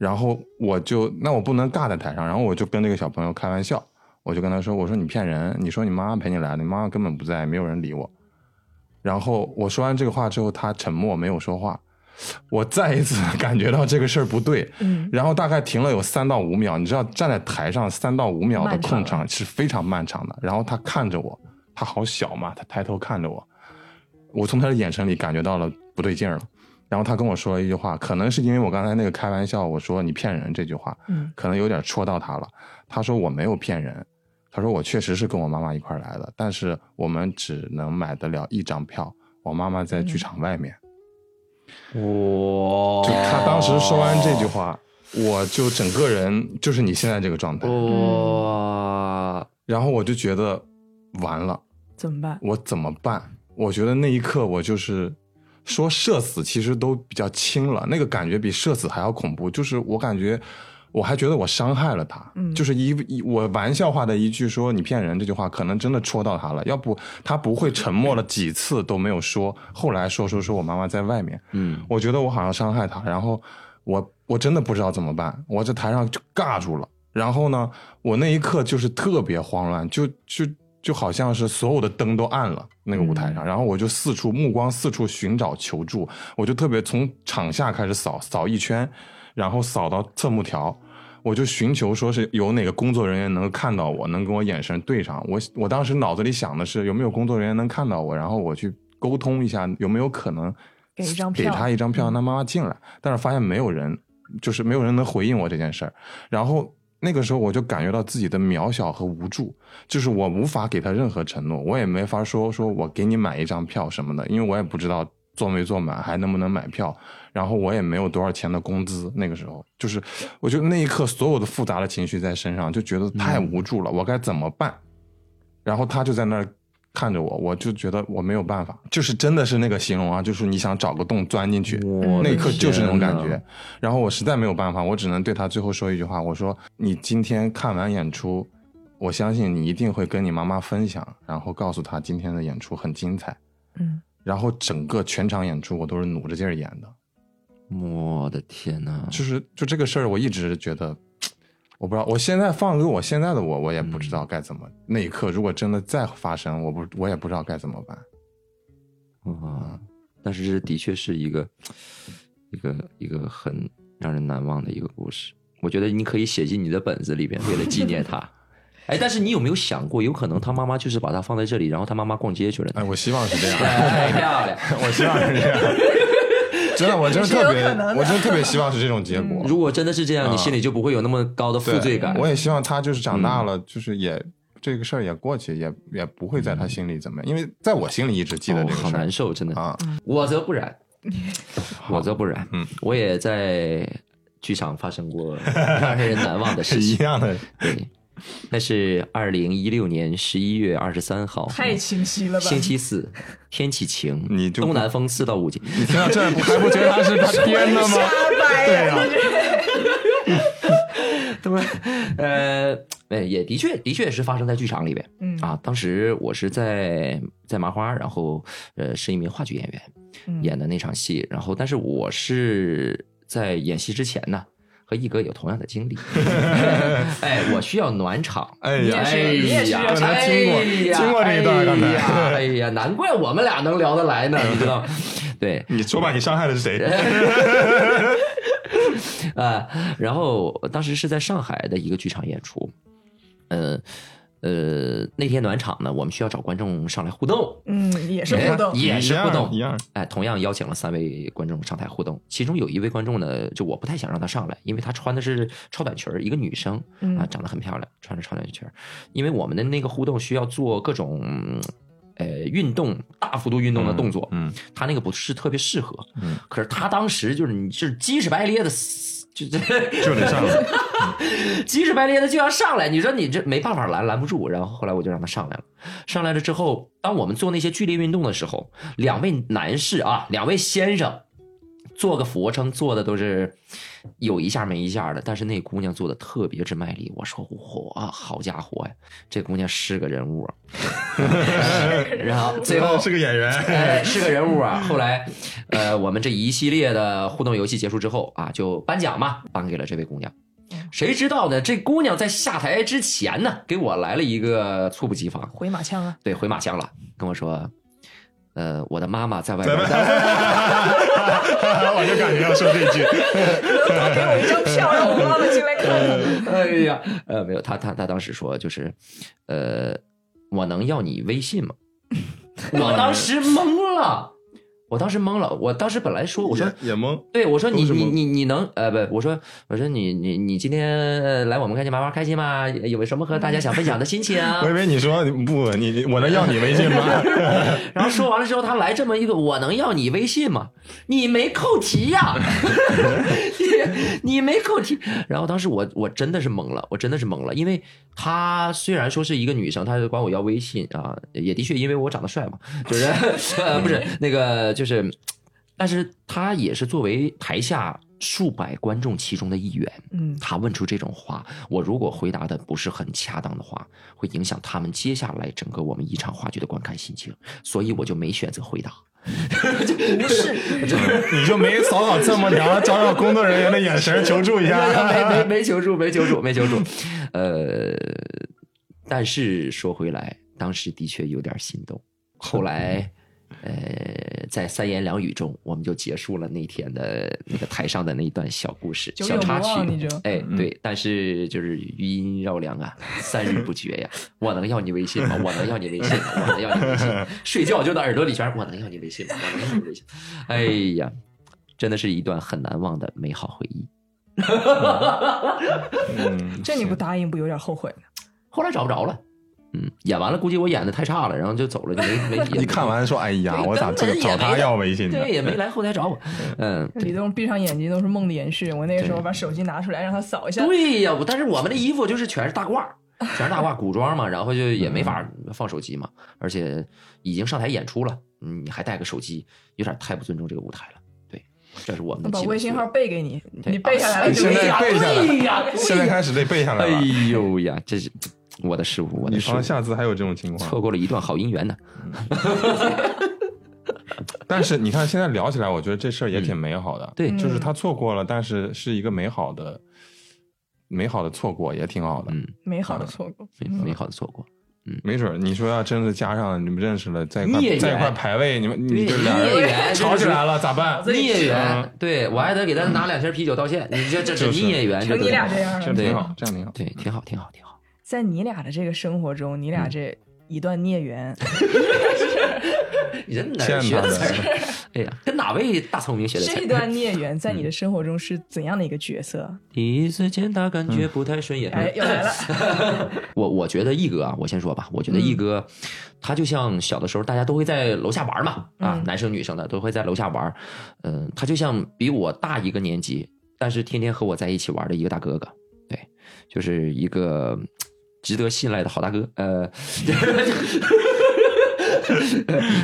Speaker 2: 然后我就那我不能尬在台上，然后我就跟这个小朋友开玩笑，我就跟他说：“我说你骗人，你说你妈妈陪你来的，你妈妈根本不在，没有人理我。”然后我说完这个话之后，他沉默没有说话。我再一次 感觉到这个事儿不对，
Speaker 1: 嗯
Speaker 2: 然后大概停了有三到五秒。你知道站在台上三到五秒的
Speaker 1: 漫长
Speaker 2: 空场是非常漫长的。然后他看着我，他好小嘛，他抬头看着我，我从他的眼神里感觉到了不对劲儿了。然后他跟我说了一句话，可能是因为我刚才那个开玩笑，我说你骗人这句话，
Speaker 1: 嗯
Speaker 2: 可能有点戳到他了。他说我没有骗人，他说我确实是跟我妈妈一块儿来的，但是我们只能买得了一张票，我妈妈在剧
Speaker 1: 嗯
Speaker 2: 场外面。
Speaker 3: 哇
Speaker 2: 就他当时说完这句，话，我就整个人就是你现在这个状态，
Speaker 3: 哦哇，
Speaker 2: 然后我就觉得完了。
Speaker 1: 怎么办？
Speaker 2: 我怎么办？我觉得那一刻我就是说社死，其实都比较轻了，那个感觉比社死还要恐怖。就是我感觉，我还觉得我伤害了他，
Speaker 1: 嗯
Speaker 2: 就是一一我玩笑话的一句说你骗人这句话，可能真的戳到他了，要不他不会沉默了几次都没有说，后来说说说我妈妈在外面，
Speaker 3: 嗯，
Speaker 2: 我觉得我好像伤害他，然后我我真的不知道怎么办，我这台上就尬住了。然后呢，我那一刻就是特别慌乱，就就就就好像是所有的灯都暗了那个舞台上，然后我就四处目光四处寻找求助，我就特别从场下开始扫扫一圈，然后扫到侧幕条，我就寻求说是有哪个工作人员能够看到我，能跟我眼神对上。我我当时脑子里想的是有没有工作人员能看到我，然后我去沟通一下有没有可能
Speaker 1: 给一张
Speaker 2: 给
Speaker 1: 票
Speaker 2: 他一张票让他妈妈进来，但是发现没有人，就是没有人能回应我这件事儿。然后那个时候我就感觉到自己的渺小和无助，就是我无法给他任何承诺，我也没法说说我给你买一张票什么的，因为我也不知道坐没坐满，还能不能买票，然后我也没有多少钱的工资。那个时候就是，我觉得那一刻所有的复杂的情绪在身上，就觉得太无助了，我该怎么办？然后他就在那儿看着我，我就觉得我没有办法，就是真的是那个形容啊，就是你想找个洞钻进去，
Speaker 3: 我
Speaker 2: 那
Speaker 3: 的
Speaker 2: 一刻就是那种感
Speaker 3: 天
Speaker 2: 觉
Speaker 3: 哪。。
Speaker 2: 然后我实在没有办法，我只能对他最后说一句话，我说：“你今天看完演出，我相信你一定会跟你妈妈分享，然后告诉她今天的演出很精彩。”
Speaker 1: 嗯，
Speaker 2: 然后整个全场演出我都是努着劲儿演的，
Speaker 3: 我的天哪！
Speaker 2: 就是就这个事儿，我一直觉得，嗯我不知道，我现在放给我现在的我，我也不知道该怎么。那一刻如果真的再发生，我不我也不知道该怎么办。嗯
Speaker 3: 啊，但是这的确是一个一个一个很让人难忘的一个故事。我觉得你可以写进你的本子里边，为了纪 念他。哎，但是你有没有想过，有可能他妈妈就是把他放在这里，然后他妈妈逛街去了呢？
Speaker 2: 哎，我希望是这样。
Speaker 3: 哎，漂亮！
Speaker 2: 我希望是这样。真的，我真的特 别，我真的特别希望是这种结果。
Speaker 3: 如果真的是这样，你心里就不会有那么高的负
Speaker 2: 对
Speaker 3: 罪感。嗯
Speaker 2: 我也希望他就是长大了，就是也这个事儿也过去，也也不会在他心里怎么样，因为在我心里一直记得这
Speaker 3: 哦
Speaker 2: 个
Speaker 3: 好
Speaker 2: 事
Speaker 3: 难
Speaker 2: 儿、
Speaker 3: 受，真的。
Speaker 2: 啊。
Speaker 3: 我则不 然，我则不然。
Speaker 2: 嗯，
Speaker 3: 我也在剧场发生过让人难忘 的
Speaker 2: 是
Speaker 3: 事
Speaker 2: 一
Speaker 3: 情。
Speaker 2: 样的，
Speaker 3: 对，那是二零一六年十一月二十三号，嗯
Speaker 1: 太清晰了吧？
Speaker 3: 星期四，天气 晴，
Speaker 2: 你就不
Speaker 3: 东南风四到 五级。
Speaker 2: 你听到这儿不还不觉得他是他编 的吗？对啊呀、
Speaker 3: 对，呃，哎，也的确，的确是发生在剧场里边。
Speaker 1: 嗯
Speaker 3: 啊，当时我是在在麻花，然后呃是一名话剧演员，
Speaker 1: 嗯
Speaker 3: 演的那场戏。然后，但是我是在演戏之前呢，和一哥有同样的 经历。哎，我需要暖场。
Speaker 2: 哎
Speaker 1: 你
Speaker 2: 呀
Speaker 1: 也，是
Speaker 3: 哎
Speaker 1: 你也是
Speaker 3: 呀，
Speaker 1: 要
Speaker 2: 查
Speaker 3: 哎呀
Speaker 2: 经过这一段刚才
Speaker 3: 哎呀，哎呀，难怪我们俩能聊得来呢，你知道吗？ 对，
Speaker 2: 你说吧，你伤害的是谁？
Speaker 3: 啊，然后当时是在上海的一个剧场演出，呃呃，那天暖场呢，我们需要找观众上来互动，
Speaker 1: 嗯，也是互动，
Speaker 2: 哎
Speaker 3: 也是互动
Speaker 2: 一样一样
Speaker 3: 哎，同样邀请了三位观众上台互动，其中有一位观众呢，就我不太想让她上来，因为她穿的是超短裙儿，一个女生啊，
Speaker 1: 嗯
Speaker 3: 长得很漂亮，穿着超短裙儿。因为我们的那个互动需要做各种嗯呃运动，大幅度运动的动作，
Speaker 2: 嗯，
Speaker 3: 他那个不是特别适合。
Speaker 2: 嗯
Speaker 3: 可是他当时就是你就是鸡屎白咧的，就这
Speaker 2: 嗯就得上了。
Speaker 3: 急赤白咧的就要上来，你说你这没办法拦，拦不住。然后后来我就让他上来了，上来了之后，当我们做那些剧烈运动的时候，两位男士啊，两位先生做个俯卧撑，做的都是有一下没一下的，但是那姑娘做的特别之卖力。我说哇，好家伙呀，这姑娘是个人物啊。然后 最 后
Speaker 2: 是个演 员，
Speaker 3: 哎，是个人物啊。后来，呃，我们这一系列的互动游戏结束之后啊，就颁奖嘛，颁给了这位姑娘。谁知道呢？这姑娘在下台之前呢，给我来了一个猝不及防，
Speaker 1: 回马枪啊，
Speaker 3: 对，回马枪了，跟我说，呃，我的妈妈在外边儿。
Speaker 2: 我就感觉要说 这句。
Speaker 1: 给我一张票，让我妈妈进来看看。
Speaker 3: 哎呀，呃，没有，他他他当时说就是，呃，我能要你微信吗？ 我当时懵了，我当时懵了，我当时本来说我说
Speaker 2: 也懵，
Speaker 3: 对，我说你
Speaker 2: 都是
Speaker 3: 你
Speaker 2: 蒙
Speaker 3: 你你能呃不，我说我说你你你今天呃来我们看见麻花开心吗？有什么和大家想分享的心情、啊
Speaker 2: 我以？为你说不，你你我能要你微信吗？
Speaker 3: 然后说完了之后，他来这么一个，我能要你微信吗？你没扣题 呀、你你没扣题。然后当时我我真的是懵了，我真的是懵了，因为她虽然说是一个女生，她就管我要微信啊，也的确因为我长得帅嘛，就是呃不是 那个就是，但是她也是作为台下数百观众其中的一员，
Speaker 1: 嗯
Speaker 3: 他问出这种话，我如果回答的不是很恰当的话，会影响他们接下来整个我们一场话剧的观看心情，所以我就没选择回答。
Speaker 1: 不嗯是，
Speaker 2: 你就没扫扫这么聊，找找工作人员的眼神求助一
Speaker 3: 没
Speaker 2: 下。
Speaker 3: 没 没求助，没求助，没求助。呃，但是说回来，当时的确有点心动。后来，呃，在三言两语中，我们就结束了那天的那个台上的那一段小故事、
Speaker 1: 久
Speaker 3: 小
Speaker 1: 有
Speaker 3: 插
Speaker 1: 不忘
Speaker 3: 曲
Speaker 1: 你就。
Speaker 3: 哎，
Speaker 2: 嗯
Speaker 3: 对，但是就是余音绕梁啊，三日不绝呀。我能要你微信吗？我能要你微信吗？我能要你微信 吗？睡觉就在耳朵里全是我能要你微信吗？我能要你微信吗？哎呀，真的是一段很难忘的美好回忆。
Speaker 2: 嗯，
Speaker 1: 这你不
Speaker 2: 行
Speaker 1: 答应不有点后悔呢？
Speaker 3: 后来找不着了。嗯，演完了，估计我演的太差了，然后就走了，就没没。也
Speaker 2: 一看完说，哎呀，
Speaker 3: 对
Speaker 2: 我咋
Speaker 3: 根本
Speaker 2: 这个
Speaker 3: 也
Speaker 2: 找
Speaker 3: 没
Speaker 2: 他
Speaker 3: 来
Speaker 2: 要微信呢？
Speaker 3: 对，也没来后台找 我。嗯，
Speaker 1: 李东闭上眼睛都是梦的延续。我那个时候
Speaker 3: 对
Speaker 1: 把手机拿出来让他扫一下，
Speaker 3: 对呀、我但是我们的衣服就是全是大褂儿，全是大褂儿古装嘛，然后就也没法放手机嘛，而且已经上台演出了，嗯你还带个手机，有点太不尊重这个舞台了。对，这是我们
Speaker 1: 我
Speaker 3: 的
Speaker 1: 把
Speaker 3: 基本
Speaker 1: 微信号
Speaker 3: 素
Speaker 1: 背给你，
Speaker 3: 对
Speaker 1: 你背下来了就哎没
Speaker 2: 现在
Speaker 1: 有
Speaker 2: 背下来
Speaker 3: 对呀，
Speaker 2: 现在开始得背下
Speaker 3: 养
Speaker 2: 来
Speaker 3: 哎
Speaker 2: 了。
Speaker 3: 呦呀，这是我的失误，我
Speaker 2: 以
Speaker 3: 的失误
Speaker 2: 防，下次还有这种情
Speaker 3: 错
Speaker 2: 况，啊
Speaker 3: 过了一段好姻缘呢。
Speaker 2: 但是你看现在聊起来，我觉得这事儿也挺美好的。
Speaker 3: 对嗯
Speaker 2: 就是他错过了，但是是一个美好的、美好的错过，也挺好的。
Speaker 3: 嗯，
Speaker 1: 美好的错过。
Speaker 3: 美美好的错过。
Speaker 2: 没准儿你说要真的加上你们认识了，在一块
Speaker 3: 孽缘
Speaker 2: 在一块排位，你们你就
Speaker 3: 对
Speaker 2: 俩
Speaker 3: 孽
Speaker 2: 人
Speaker 3: 缘
Speaker 2: 吵起来了，咋办？
Speaker 3: 孽
Speaker 2: 嗯
Speaker 3: 缘，对我还得给他拿两瓶啤酒道歉，你这这是
Speaker 2: 就是
Speaker 3: 孽缘，
Speaker 1: 成你俩
Speaker 3: 这
Speaker 1: 这
Speaker 3: 都
Speaker 1: 样
Speaker 2: 嗯
Speaker 1: 了
Speaker 2: 这样，挺
Speaker 3: 对
Speaker 2: 好，这样挺好。
Speaker 3: 对，挺好，挺好，挺好。
Speaker 1: 在你俩的这个生活中，你俩这一段孽 缘，
Speaker 3: 你这哪
Speaker 2: 欠
Speaker 3: 儿学
Speaker 2: 他
Speaker 3: 的
Speaker 2: 的
Speaker 3: 词儿？哎呀，跟哪位大聪明学的词
Speaker 1: 这一
Speaker 3: 儿？
Speaker 1: 段孽缘在你的生活中是怎样的一个角色？
Speaker 3: 第一次见他感觉不太顺眼。
Speaker 1: 哎，又来了，
Speaker 3: 我我觉得毅哥啊，我先说吧，我觉得毅哥，他就像小的时候大家都会在楼下玩嘛，啊
Speaker 1: 嗯，
Speaker 3: 男生女生的都会在楼下玩，嗯，他就像比我大一个年级，但是天天和我在一起玩的一个大哥哥，对，就是一个嗯值得信赖的好大哥，呃，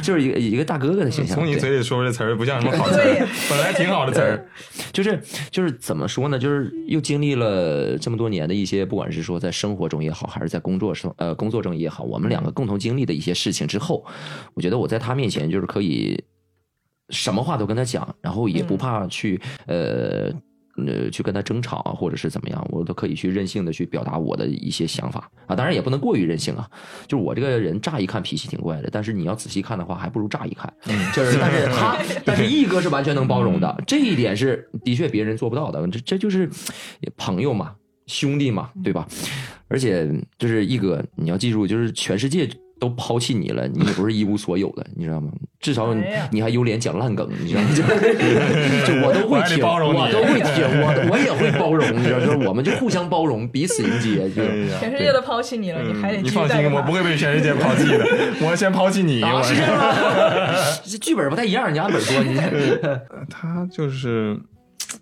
Speaker 3: 就是一个一个大哥哥的形象。
Speaker 2: 嗯从你
Speaker 3: 对
Speaker 2: 嘴里说出这词儿，不像什么好词儿
Speaker 1: 对，
Speaker 2: 本来挺好的词儿。
Speaker 3: 就是就是怎么说呢？就是又经历了这么多年的一些，不管是说在生活中也好，还是在工作上呃工作中也好，我们两个共同经历的一些事情之后，我觉得我在他面前就是可以什么话都跟他讲，然后也不怕去、呃。呃，去跟他争吵啊，或者是怎么样，我都可以去任性的去表达我的一些想法啊。当然也不能过于任性啊，就是我这个人乍一看脾气挺怪的，但是你要仔细看的话，还不如乍一看。就是，但是他，但是毅哥是完全能包容的，这一点是的确别人做不到的。这这就是朋友嘛，兄弟嘛，
Speaker 1: 嗯
Speaker 3: 对吧？而且就是毅哥，你要记住，就是全世界都抛弃你了，你也不是一无所有的，你知道吗？至少你
Speaker 1: 哎呀
Speaker 3: 你还有脸讲烂梗，你知道吗？ 就就我都
Speaker 2: 我
Speaker 3: 会
Speaker 2: 还得
Speaker 3: 听，
Speaker 2: 包容你
Speaker 3: 我都会听，我我也会包容，你知道，就是我们就互相包容，彼此迎接，就
Speaker 2: 哎
Speaker 3: 是。
Speaker 2: 呀
Speaker 1: 全世界都抛弃你了，你还得
Speaker 2: 嗯
Speaker 1: 继
Speaker 2: 你
Speaker 1: 续
Speaker 2: 放
Speaker 1: 带
Speaker 2: 心，
Speaker 1: 着
Speaker 2: 我
Speaker 1: 他
Speaker 2: 不会被全世界抛弃的，我先抛 弃哎你。
Speaker 3: 啊，
Speaker 2: 我
Speaker 3: 是这样吗？ 这剧本不太一样，你按本说，你
Speaker 2: 他就是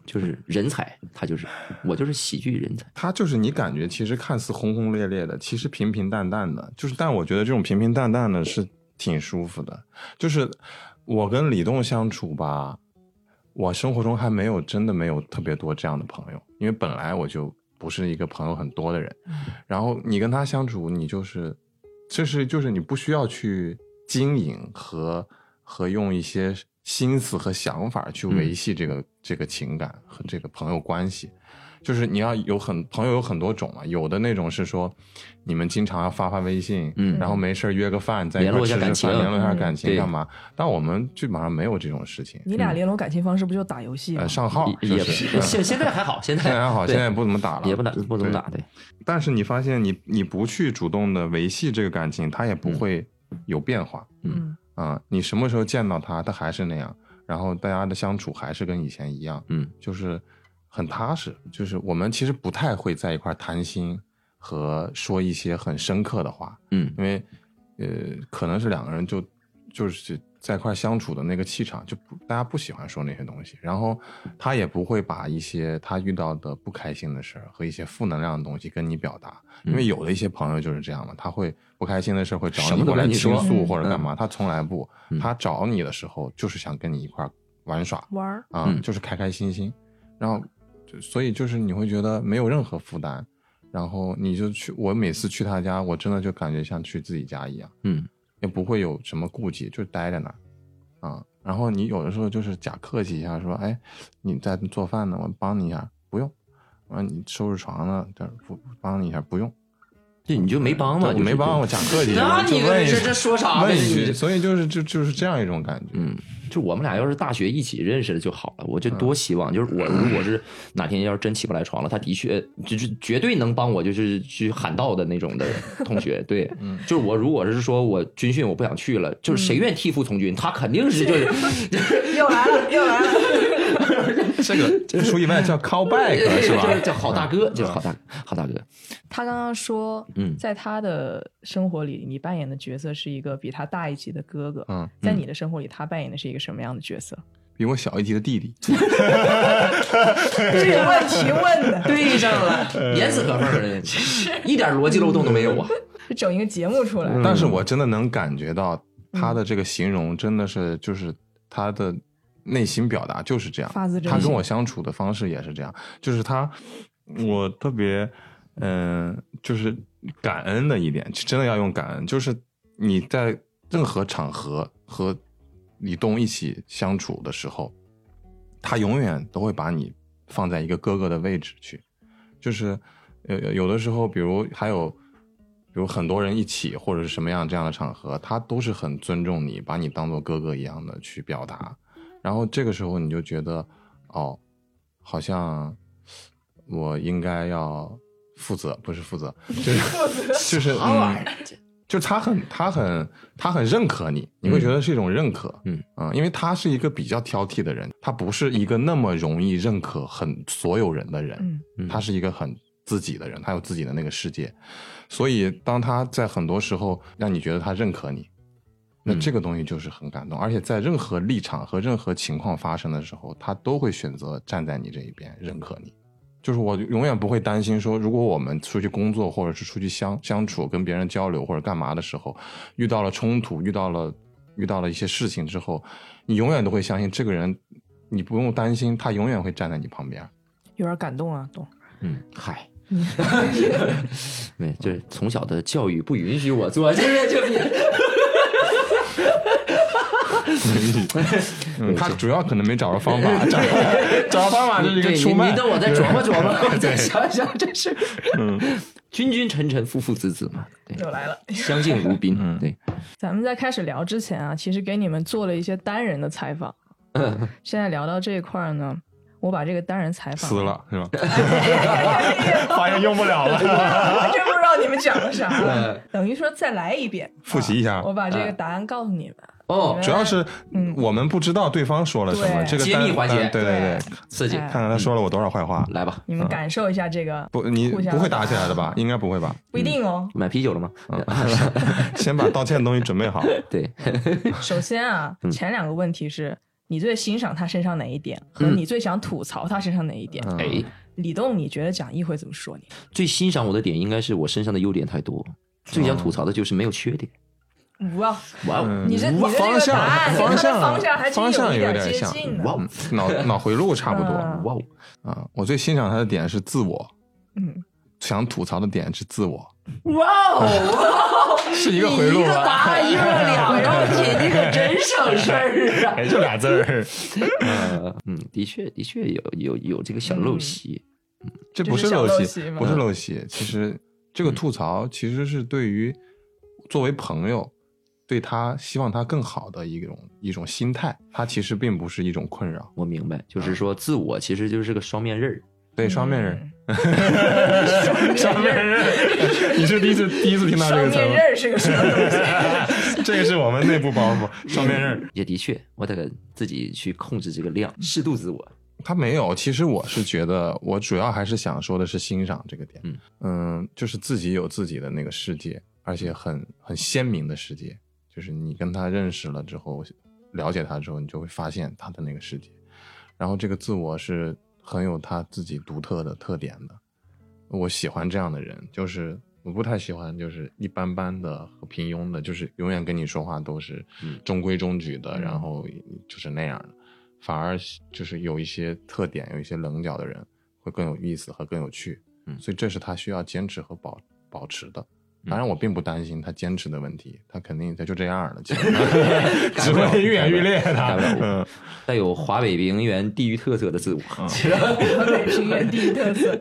Speaker 3: 就是人才，他就是我就是喜剧人才。
Speaker 2: 他就是你感觉其实看似轰轰烈烈的，其实平平淡淡的，就是但我觉得这种平平淡淡的是挺舒服的。就是我跟李栋相处吧，我生活中还没有真的没有特别多这样的朋友，因为本来我就不是一个朋友很多的人。然后你跟他相处，你就是，这是就是你不需要去经营和和用一些心思和想法去维系这个、这个情感和这个朋友关系。就是你要有很朋友有很多种嘛，有的那种是说，你们经常要发发微信，
Speaker 3: 嗯
Speaker 2: 然后没事儿约个饭，在一
Speaker 3: 联
Speaker 2: 块
Speaker 3: 络
Speaker 2: 儿
Speaker 3: 一
Speaker 2: 吃
Speaker 3: 下
Speaker 2: 吃
Speaker 3: 感
Speaker 2: 饭，
Speaker 3: 情
Speaker 2: 联络一下
Speaker 1: 嗯
Speaker 2: 感情
Speaker 3: 对
Speaker 2: 干嘛？但我们基本上没有这种事情，
Speaker 1: 你俩联络感情方式不就打游戏吗
Speaker 2: 呃，？上号
Speaker 3: 也
Speaker 2: 就
Speaker 3: 不
Speaker 2: 是
Speaker 3: 是
Speaker 2: 嗯
Speaker 3: 现现在还好，现在
Speaker 2: 现在还好，
Speaker 3: 对
Speaker 2: 现在不怎么打了，
Speaker 3: 也不打不怎么打，对，
Speaker 2: 但是你发现你你不去主动的维系这个感情，它也
Speaker 3: 嗯
Speaker 2: 不会有变化
Speaker 1: 嗯，
Speaker 2: 啊、你什么时候见到他，他还是那样，然后大家的相处还是跟以前一样，
Speaker 3: 嗯，
Speaker 2: 就是很踏实。就是我们其实不太会在一块儿谈心和说一些很深刻的话，
Speaker 3: 嗯
Speaker 2: 因为呃，可能是两个人就就是在一块儿相处的那个气场，就不大家不喜欢说那些东西，然后他也不会把一些他遇到的不开心的事儿和一些负能量的东西跟你表达，因为
Speaker 3: 嗯
Speaker 2: 有的一些朋友就是这样嘛，他会不开心的事儿会找
Speaker 3: 什
Speaker 2: 你
Speaker 3: 么都
Speaker 2: 过来
Speaker 3: 跟你
Speaker 2: 倾
Speaker 3: 说
Speaker 2: 诉
Speaker 1: 嗯
Speaker 2: 或者干嘛，他从来不，
Speaker 3: 嗯
Speaker 2: 他找你的时候就是想跟你一块儿玩耍
Speaker 1: 玩儿，
Speaker 2: 啊、
Speaker 3: 嗯
Speaker 2: 就是开开心心，然后就所以就是你会觉得没有任何负担。然后你就去，我每次去他家，我真的就感觉像去自己家一样。
Speaker 3: 嗯
Speaker 2: 也不会有什么顾忌，就待在那儿啊。然后你有的时候就是假客气一下，说：“哎，你在做饭呢，我帮你一下。”不用。啊，你收拾床呢，这不帮你一下，不用。
Speaker 3: 对，你就没帮嘛，
Speaker 2: 我
Speaker 3: 就是
Speaker 2: 没帮，我讲客气，
Speaker 3: 那
Speaker 2: 我就
Speaker 3: 你
Speaker 2: 问一
Speaker 3: 这
Speaker 2: 句
Speaker 3: 这说啥
Speaker 2: 问
Speaker 3: 呗？
Speaker 2: 一
Speaker 3: 你
Speaker 2: 句，
Speaker 3: 这
Speaker 2: 所以就是就就是这样一种感觉。
Speaker 3: 嗯，就我们俩要是大学一起认识了就好了。我就多希望，就是我如果是哪天要是真起不来床了，他的确就是绝对能帮我，就是去喊道的那种 的同学。对，就是我如果是说我军训我不想去了，就是谁愿替父从军，他肯定是 就是
Speaker 1: 嗯又来了，又来了。
Speaker 2: 这个这属于外叫 callback 是吧
Speaker 3: 就？叫好大哥，就是好大好大哥。
Speaker 1: 他刚刚说，
Speaker 3: 嗯
Speaker 1: 在他的生活里，你扮演的角色是一个比他大一级的哥哥。
Speaker 2: 嗯，
Speaker 1: 在你的生活里，他扮演的是一个什么样的角 色？
Speaker 2: 比我小一级的弟弟，
Speaker 1: 这个问题问的，
Speaker 3: 对上了，严丝合缝的， 一点逻辑漏洞都没有啊！
Speaker 1: 就整一个节目出来。
Speaker 2: 但是我真的能感觉到
Speaker 1: 嗯
Speaker 2: 他的这个形容真的是就是他的内心表达就是这样，
Speaker 1: 发自真心
Speaker 2: 他跟我相处的方式也是这样，就是他，我特别嗯、就是感恩的一点，真的要用感恩，就是你在任何场合和李东一起相处的时候，他永远都会把你放在一个哥哥的位置去，就是有有有的时候，比如还有，比如很多人一起或者是什么样这样的场合，他都是很尊重你，把你当做哥哥一样的去表达。然后这个时候你就觉得，哦，好像我应该要负责，不是负 责，就是就是
Speaker 3: 啥玩意
Speaker 2: 嗯，就他很他很他很认可你，你会觉得是一种认可，
Speaker 3: 嗯
Speaker 2: 啊、因为他是一个比较挑剔的人，他不是一个那么容易认可很所有人的人，
Speaker 1: 嗯，
Speaker 3: 嗯
Speaker 2: 他是一个很自己的人，他有自己的那个世界，所以当他在很多时候让你觉得他认可你，那
Speaker 3: 嗯
Speaker 2: 这个东西就是很感动，而且在任何立场和任何情况发生的时候，他都会选择站在你这一边，认可你。就是我永远不会担心说，如果我们出去工作或者是出去相相处、跟别人交流或者干嘛的时候，遇到了冲突，遇到了遇到了一些事情之后，你永远都会相信这个人，你不用担心，他永远会站在你旁边。
Speaker 1: 有点感动啊，懂？
Speaker 3: 嗯， 嗨，没，就是从小的教育不允许我做，就是就
Speaker 2: 嗯，他主要可能没找着方法，找 找着方法就是一个
Speaker 3: 对
Speaker 2: 出
Speaker 3: 你
Speaker 2: 卖。
Speaker 3: 你等我再琢磨琢磨，我 再
Speaker 2: 对
Speaker 3: 想想这事。嗯， 君君臣臣，父父子子嘛，对，
Speaker 1: 又来了。
Speaker 3: 相敬如宾。
Speaker 2: 嗯
Speaker 3: 对，
Speaker 1: 咱们在开始聊之前啊，其实给你们做了一些单人的采访。
Speaker 2: 嗯
Speaker 1: 现在聊到这一块儿呢，我把这个单人采访
Speaker 2: 撕，了是吧？ 发现用不了了，
Speaker 1: 我真不知道你们讲了啥
Speaker 3: 呃，
Speaker 1: 等于说再来一遍，
Speaker 2: 嗯复习一下嗯
Speaker 1: 啊我把这个答案告诉你们。
Speaker 3: 哦，
Speaker 2: 主要是
Speaker 1: 嗯
Speaker 2: 我们不知道对方说了什么，
Speaker 1: 对
Speaker 2: 这个
Speaker 3: 揭
Speaker 2: 单
Speaker 3: 秘环节
Speaker 2: 嗯对对对，
Speaker 3: 刺激，
Speaker 1: 哎
Speaker 2: 看看他说了我多少坏话。
Speaker 3: 来吧，
Speaker 1: 你们感受一下这个，
Speaker 2: 不，嗯你
Speaker 1: 互相
Speaker 2: 不会打起来的吧？应该不会 吧？
Speaker 1: 不一定哦。
Speaker 3: 买啤酒了吗？哦
Speaker 2: 先把道歉的东西准 备好。
Speaker 3: 对，
Speaker 1: 首先啊，
Speaker 2: 嗯
Speaker 1: 前两个问题是你最欣赏他身上哪一点，和
Speaker 3: 嗯
Speaker 1: 你最想吐槽他身上哪一点。
Speaker 2: 嗯
Speaker 3: 哎，
Speaker 1: 李栋，你觉得蒋毅会怎么说你？
Speaker 3: 最欣赏我的点应该是我身上的优点太多，最想吐槽的就是没有缺点。
Speaker 1: 哇，
Speaker 3: 哇哦
Speaker 2: 嗯，
Speaker 1: 你这你这
Speaker 2: 方
Speaker 1: 个答
Speaker 2: 向
Speaker 1: 案跟他的
Speaker 2: 向
Speaker 1: 方向还真
Speaker 2: 方向
Speaker 1: 有一点
Speaker 2: 点
Speaker 1: 接
Speaker 2: 像
Speaker 1: 近呢，
Speaker 2: 哇哦脑脑回路差不多
Speaker 1: 嗯
Speaker 3: 哇哦，
Speaker 2: 啊。我最欣赏他的点是自我，
Speaker 1: 嗯，
Speaker 2: 想吐槽的点是自我，
Speaker 3: 哇哦，
Speaker 2: 是 一个回
Speaker 1: 啊
Speaker 2: 路啊吧？
Speaker 3: 案一个两个，姐你可真省事儿 啊！
Speaker 2: 哎，就俩字儿。
Speaker 3: 呃，嗯，的确，的确有有有这个小
Speaker 1: 嗯
Speaker 3: 陋习，
Speaker 2: 这
Speaker 1: 这
Speaker 2: 不
Speaker 1: 是
Speaker 2: 是
Speaker 1: 小
Speaker 2: 陋
Speaker 1: 陋习
Speaker 2: 习，
Speaker 1: 吗
Speaker 2: 不是陋习。其实这个吐槽其实是对于作为朋友，对他希望他更好的一种一种心态。他其实并不是一种困扰，
Speaker 3: 我明白，
Speaker 2: 嗯
Speaker 3: 就是说自我其实就是个双面刃儿。
Speaker 2: 对双面
Speaker 1: 嗯
Speaker 2: 人，双面人， 你是第一次第一次听到这
Speaker 1: 双
Speaker 2: 个词
Speaker 1: 面
Speaker 2: 吗？
Speaker 1: 刃是个什么东西？
Speaker 2: 这个是我们内部包袱，双面人。
Speaker 3: 也的确，我得自己去控制这个量，适度自我。
Speaker 2: 他没有，其实我是觉得，我主要还是想说的是欣赏这个点。
Speaker 3: 嗯
Speaker 2: 就是自己有自己的那个世界，而且很很鲜明的世界。就是你跟他认识了之后，了解他之后，你就会发现他的那个世界。然后这个自我是很有他自己独特的特点的。我喜欢这样的人，就是我不太喜欢就是一般般的和平庸的，就是永远跟你说话都是
Speaker 3: 嗯
Speaker 2: 中规中矩的，
Speaker 1: 嗯
Speaker 2: 然后就是那样的。反而就是有一些特点、有一些棱角的人会更有意思和更有趣。
Speaker 3: 嗯
Speaker 2: 所以这是他需要坚持和保保持的。
Speaker 3: 嗯
Speaker 2: 当然，我并不担心他坚持的问题，他肯定他就这样了，其 实只会愈演愈烈
Speaker 3: 改
Speaker 2: 的
Speaker 3: 不了。
Speaker 2: 嗯，
Speaker 3: 带有 华北平原地域特色的自我，
Speaker 2: 嗯
Speaker 1: 我北平原地域特色，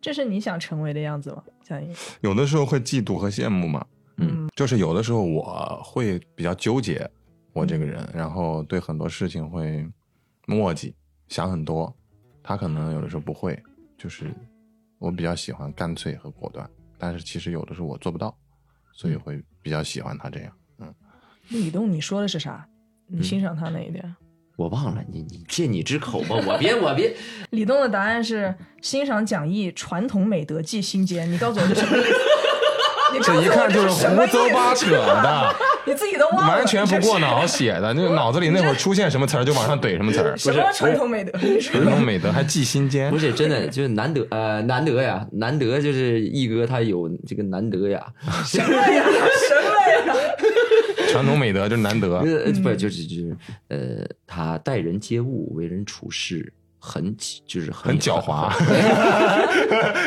Speaker 1: 这是你想成为的样子吗？蒋英，
Speaker 2: 有的时候会嫉妒和羡慕嘛，
Speaker 3: 嗯，
Speaker 2: 就是有的时候我会比较纠结，我这个人，然后对很多事情会墨迹，想很多，他可能有的时候不会，就是我比较喜欢干脆和果断，但是其实有的时候我做不到，所以会比较喜欢他这样。
Speaker 1: 李栋，你说的是啥？你欣赏他哪一点？
Speaker 3: 我忘了你你借你之口吧，我别我别，
Speaker 1: 李栋的答案是欣赏讲义传统美德记心间。你告诉我这什 么意思？你告诉
Speaker 2: 这
Speaker 1: 我
Speaker 2: 一看就是
Speaker 1: 什么
Speaker 2: 胡
Speaker 1: 意思
Speaker 2: 诌八扯，的，
Speaker 1: 你自己都忘了，
Speaker 2: 完全不过
Speaker 1: 你
Speaker 2: 脑写的，那脑子里那会儿出现什么词儿就往上怼什么词
Speaker 1: 这。
Speaker 2: 儿
Speaker 1: 是。什么传统美德？你说
Speaker 2: 传统美德还记心间
Speaker 3: 不，是真的，就是难得呃难得呀，难得就是一哥他有这个难得呀，
Speaker 2: 嗯
Speaker 1: 哎呀，什么呀？
Speaker 2: 传统美德就是难得。
Speaker 3: 呃不就是就是呃他待人接物、为人处事很就是很
Speaker 2: 很狡猾，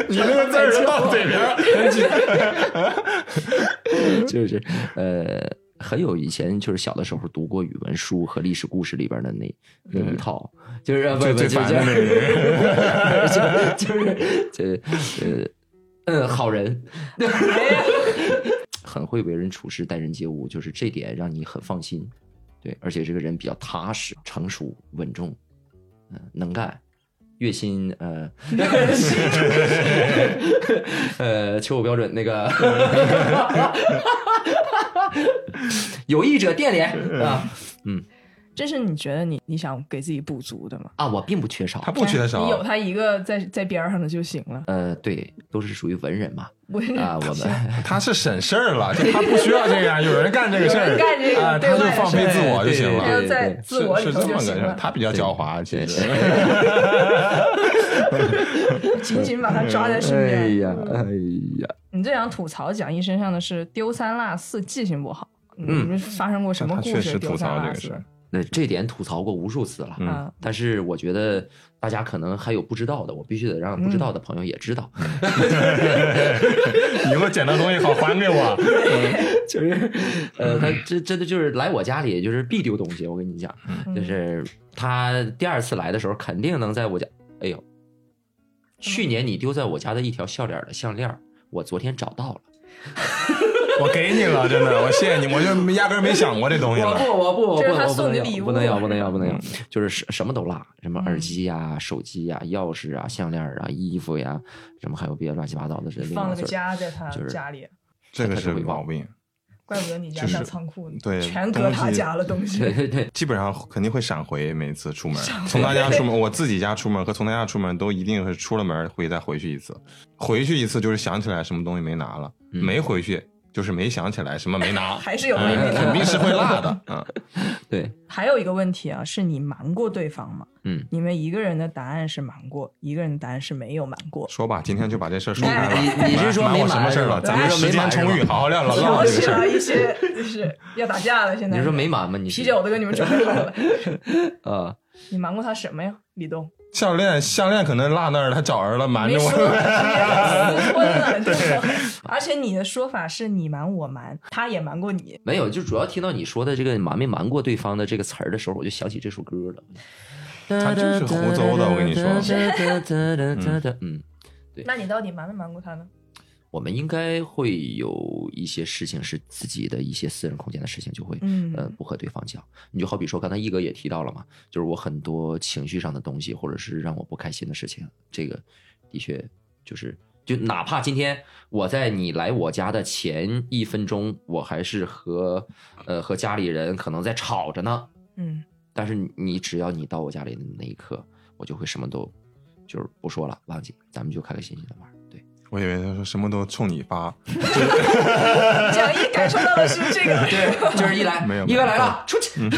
Speaker 2: 你 那
Speaker 1: 个字儿就到
Speaker 2: 嘴边儿，
Speaker 3: 就是呃，很有以前就是小的时候读过语文书和历史故事里边的那那一套，就是呃不
Speaker 2: 最
Speaker 3: 不
Speaker 2: 最
Speaker 3: 就
Speaker 2: 烦的那
Speaker 3: 就
Speaker 2: 个
Speaker 3: 就是这呃嗯好人， 很会为人处事、待人接物，就是这点让你很放心。对，而且这个人比较踏实、成熟、稳重，嗯、能干，月薪 呃， 呃，求偶标准 那个，有意者电联啊
Speaker 1: 这是你觉得你你想给自己补足的吗？哎
Speaker 3: 啊，我并不缺 少
Speaker 2: 他，不缺
Speaker 1: 你有
Speaker 2: 少。
Speaker 1: 他一个在在边儿上的就行了。
Speaker 3: 呃，对，都是属于文人嘛
Speaker 1: 我
Speaker 3: 啊，我们
Speaker 2: 他是省事儿了，就他不需要这样，有人干这个事
Speaker 1: 有
Speaker 2: 儿
Speaker 1: 人干这，个
Speaker 2: 啊，他
Speaker 1: 对
Speaker 2: 就
Speaker 1: 外的
Speaker 2: 放飞
Speaker 3: 事儿
Speaker 2: 自我就行
Speaker 1: 还
Speaker 2: 了
Speaker 3: 对。
Speaker 1: 要在自我
Speaker 2: 是
Speaker 1: 里
Speaker 2: 是
Speaker 1: 头
Speaker 2: 这
Speaker 1: 就
Speaker 2: 么个事
Speaker 1: 行
Speaker 2: 儿，
Speaker 1: 了，
Speaker 2: 他比较狡猾，其实
Speaker 1: 紧紧把他抓在身边。
Speaker 3: 哎呀哎呀，
Speaker 1: 你最想吐槽蒋毅身上的是丢三落四，记性不好。
Speaker 3: 嗯
Speaker 1: 你们发生过什么
Speaker 2: 他
Speaker 1: 故事？
Speaker 2: 确实
Speaker 1: 丢
Speaker 2: 吐
Speaker 1: 三
Speaker 2: 槽
Speaker 1: 落
Speaker 2: 这个
Speaker 1: 四
Speaker 2: 事儿。
Speaker 3: 那这点吐槽过无数次了，
Speaker 2: 嗯
Speaker 1: 啊，
Speaker 3: 但是我觉得大家可能还有不知道的，我必须得让不知道的朋友也知 道，
Speaker 2: 以后捡到东西好还给我。
Speaker 3: 就是，呃，他真真的就是来我家里就是必丢东西，我跟你讲，就是他第二次来的时候肯定能在我家，哎呦，去年你丢在我家的一条笑脸的项链儿，我昨天找到了。
Speaker 2: 我给你了，真的，我谢谢你，我就压根儿没想过这东西
Speaker 3: 我
Speaker 2: 了。
Speaker 3: 不，我不，我
Speaker 1: 这
Speaker 3: 不，
Speaker 1: 是他
Speaker 3: 我不
Speaker 1: 送
Speaker 3: 能
Speaker 1: 你
Speaker 3: 要
Speaker 1: 礼物嗯
Speaker 3: 不能要，不能要，不能要， 就是什什么都落，什么耳机呀、手机呀、钥匙啊、项链啊、衣服呀，什么还有别的乱七八糟的这
Speaker 1: 放了个
Speaker 3: 零碎儿
Speaker 1: 家在他
Speaker 3: 就是
Speaker 1: 家里，
Speaker 2: 这个是毛病，
Speaker 1: 怪不得你家
Speaker 2: 就是
Speaker 1: 像仓库呢，
Speaker 2: 对
Speaker 1: 全搁他家了东
Speaker 3: 对
Speaker 1: 西。
Speaker 3: 对对，
Speaker 2: 基本上肯定会闪回。每次出门，从他家出门，我自己家出门和从他家出门都一定是出了门会再回去一次，回去一次就是想起来什么东西没拿了，
Speaker 3: 嗯
Speaker 2: 没回去就是没想起来什么没 拿，
Speaker 1: 还是有没
Speaker 2: 嗯
Speaker 1: 没拿
Speaker 2: 肯定是会落的。 嗯，
Speaker 3: 对，
Speaker 1: 还有一个问题啊，是你瞒过对方吗？
Speaker 3: 嗯，
Speaker 1: 你们一个人的答案是瞒过，一个人的答案是没有瞒过。
Speaker 2: 说吧，今天就把这事儿说开
Speaker 3: 你
Speaker 2: 了。
Speaker 3: 你你是说
Speaker 2: 瞒
Speaker 3: 没
Speaker 2: 我什么
Speaker 3: 瞒
Speaker 2: 事儿
Speaker 3: 是吧
Speaker 2: 了？咱们
Speaker 3: 你是说
Speaker 2: 时
Speaker 3: 没
Speaker 2: 间
Speaker 3: 瞒
Speaker 2: 充
Speaker 3: 是
Speaker 2: 裕，
Speaker 3: 吧
Speaker 2: 好好 聊聊唠
Speaker 1: 挑
Speaker 2: 这个
Speaker 1: 起
Speaker 2: 事
Speaker 1: 了
Speaker 2: 儿。
Speaker 1: 一些，就是要打架了。现在啊
Speaker 3: 你说没瞒吗？你是
Speaker 1: 啤酒都给你们准备好了，
Speaker 3: 啊？
Speaker 1: 你瞒过他什么呀？李东，
Speaker 2: 项链项链可能落那儿了，他找人了，瞒
Speaker 1: 没
Speaker 2: 着
Speaker 1: 说，
Speaker 2: 我。
Speaker 1: 私婚了，对。而且你的说法是你瞒我瞒，他也瞒过你。
Speaker 3: 没有，就主要听到你说的这个瞒没瞒过对方的这个词儿的时候，我就想起这首歌了。他
Speaker 2: 真是胡诌的我跟你
Speaker 1: 啊
Speaker 3: 说。嗯，
Speaker 1: 那你到底瞒没瞒过他呢？
Speaker 3: 我们应该会有一些事情是自己的一些私人空间的事情，就会
Speaker 1: 嗯
Speaker 3: 呃不和对方讲。你就好比说，刚才一哥也提到了嘛，就是我很多情绪上的东西，或者是让我不开心的事情，这个的确就是就哪怕今天我在你来我家的前一分钟，我还是和呃和家里人可能在吵着呢，
Speaker 1: 嗯，
Speaker 3: 但是你只要你到我家里的那一刻，我就会什么都就是不说了，忘记，咱们就开开心心的玩儿。对，
Speaker 2: 我以为他说什么都冲你发，
Speaker 1: 蒋毅感受到的是这个，
Speaker 3: 对，啊就是一来，
Speaker 2: 没有嗯
Speaker 3: 一哥来
Speaker 2: 没
Speaker 3: 了，出去。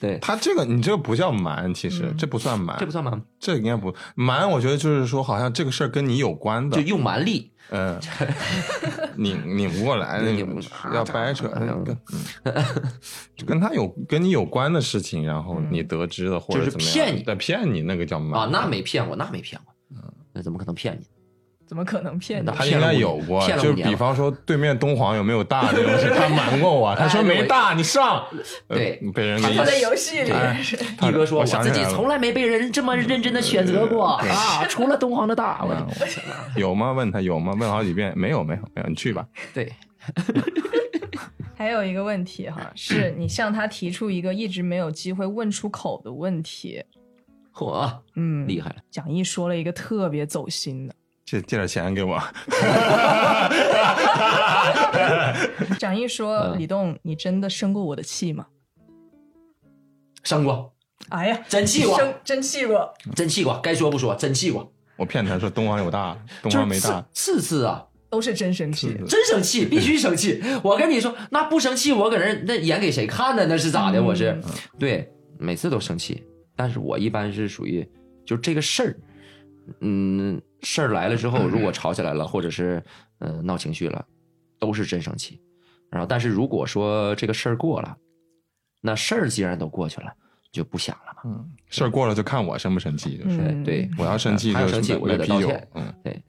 Speaker 3: 对，
Speaker 2: 他这个你这个不叫瞒，其实
Speaker 1: 嗯
Speaker 2: 这不算瞒
Speaker 3: 这，不算瞒，
Speaker 2: 这应该不瞒。我觉得就是说，好像这个事儿跟你有关的
Speaker 3: 就，用蛮力。
Speaker 2: 嗯，拧拧不过来，
Speaker 3: 对
Speaker 2: 那
Speaker 3: 拧不
Speaker 2: 个
Speaker 3: 过来
Speaker 2: 要掰扯，
Speaker 3: 哎呦
Speaker 2: 跟嗯就跟他有跟你有关的事情，然后你得知的或者
Speaker 3: 嗯就是
Speaker 2: 怎么样，
Speaker 3: 骗你啊
Speaker 2: 对骗你那个叫瞒嗯
Speaker 3: 啊，那没骗我，那没骗我，那怎么可能骗你？
Speaker 1: 怎么可能骗你
Speaker 3: 那？还
Speaker 2: 应该有过，
Speaker 3: 骗了五
Speaker 2: 就
Speaker 3: 年
Speaker 2: 比
Speaker 3: 了
Speaker 2: 方说对面东皇有没有 大这种事，他瞒过我，他说没大，你上，呃
Speaker 3: 哎对
Speaker 2: 被人
Speaker 3: 他
Speaker 2: 给
Speaker 1: 他在游戏里，
Speaker 2: 哎
Speaker 3: 一哥说：“
Speaker 2: 我
Speaker 3: 我
Speaker 2: 想起
Speaker 3: 自己
Speaker 2: 来了嗯
Speaker 3: 从来没被人这么认真的选择过啊，除了东皇的大。”我
Speaker 2: 有吗？问他有吗？问好几遍，没有，没有，没有，你去吧。
Speaker 3: 对，
Speaker 1: 还有一个问题哈，是你向他提出一个一直没有机会问出口的问题。
Speaker 3: 嚯，啊
Speaker 1: 嗯，
Speaker 3: 厉害了！
Speaker 1: 蒋毅说了一个特别走心的。
Speaker 2: 借借点钱给我，
Speaker 1: 蒋毅说：“
Speaker 3: 嗯
Speaker 1: 李栋，你真的生过我的气吗
Speaker 3: 上过，？”
Speaker 1: 哎呀，
Speaker 3: 真气过，
Speaker 1: 生真气过。
Speaker 3: 真气过，该说不说，真气过，
Speaker 2: 我骗他说东皇有大，东
Speaker 3: 就
Speaker 2: 皇
Speaker 3: 是
Speaker 2: 没
Speaker 3: 次
Speaker 2: 大，
Speaker 3: 次次啊，
Speaker 1: 都是真生气，
Speaker 3: 真生气，必须生气。我跟你说，那不生气，我搁那儿那演给谁看呢？那是咋的？我是对，每次都生气，但是我一般是属于就这个事儿，嗯，事儿来了之后，如果吵起来了，或者是呃闹情绪了，都是真生气。然后，但是如果说这个事儿过了，那事儿既然都过去了，就不想了嘛。
Speaker 2: 嗯，事儿过了就看我生不生气，就是
Speaker 1: 嗯
Speaker 3: 对，
Speaker 2: 我要生气
Speaker 3: 他
Speaker 2: 就
Speaker 3: 要生气，我就
Speaker 2: 买
Speaker 3: 得
Speaker 2: 啤
Speaker 3: 道
Speaker 2: 酒
Speaker 3: 歉。，
Speaker 2: 嗯，
Speaker 3: 对，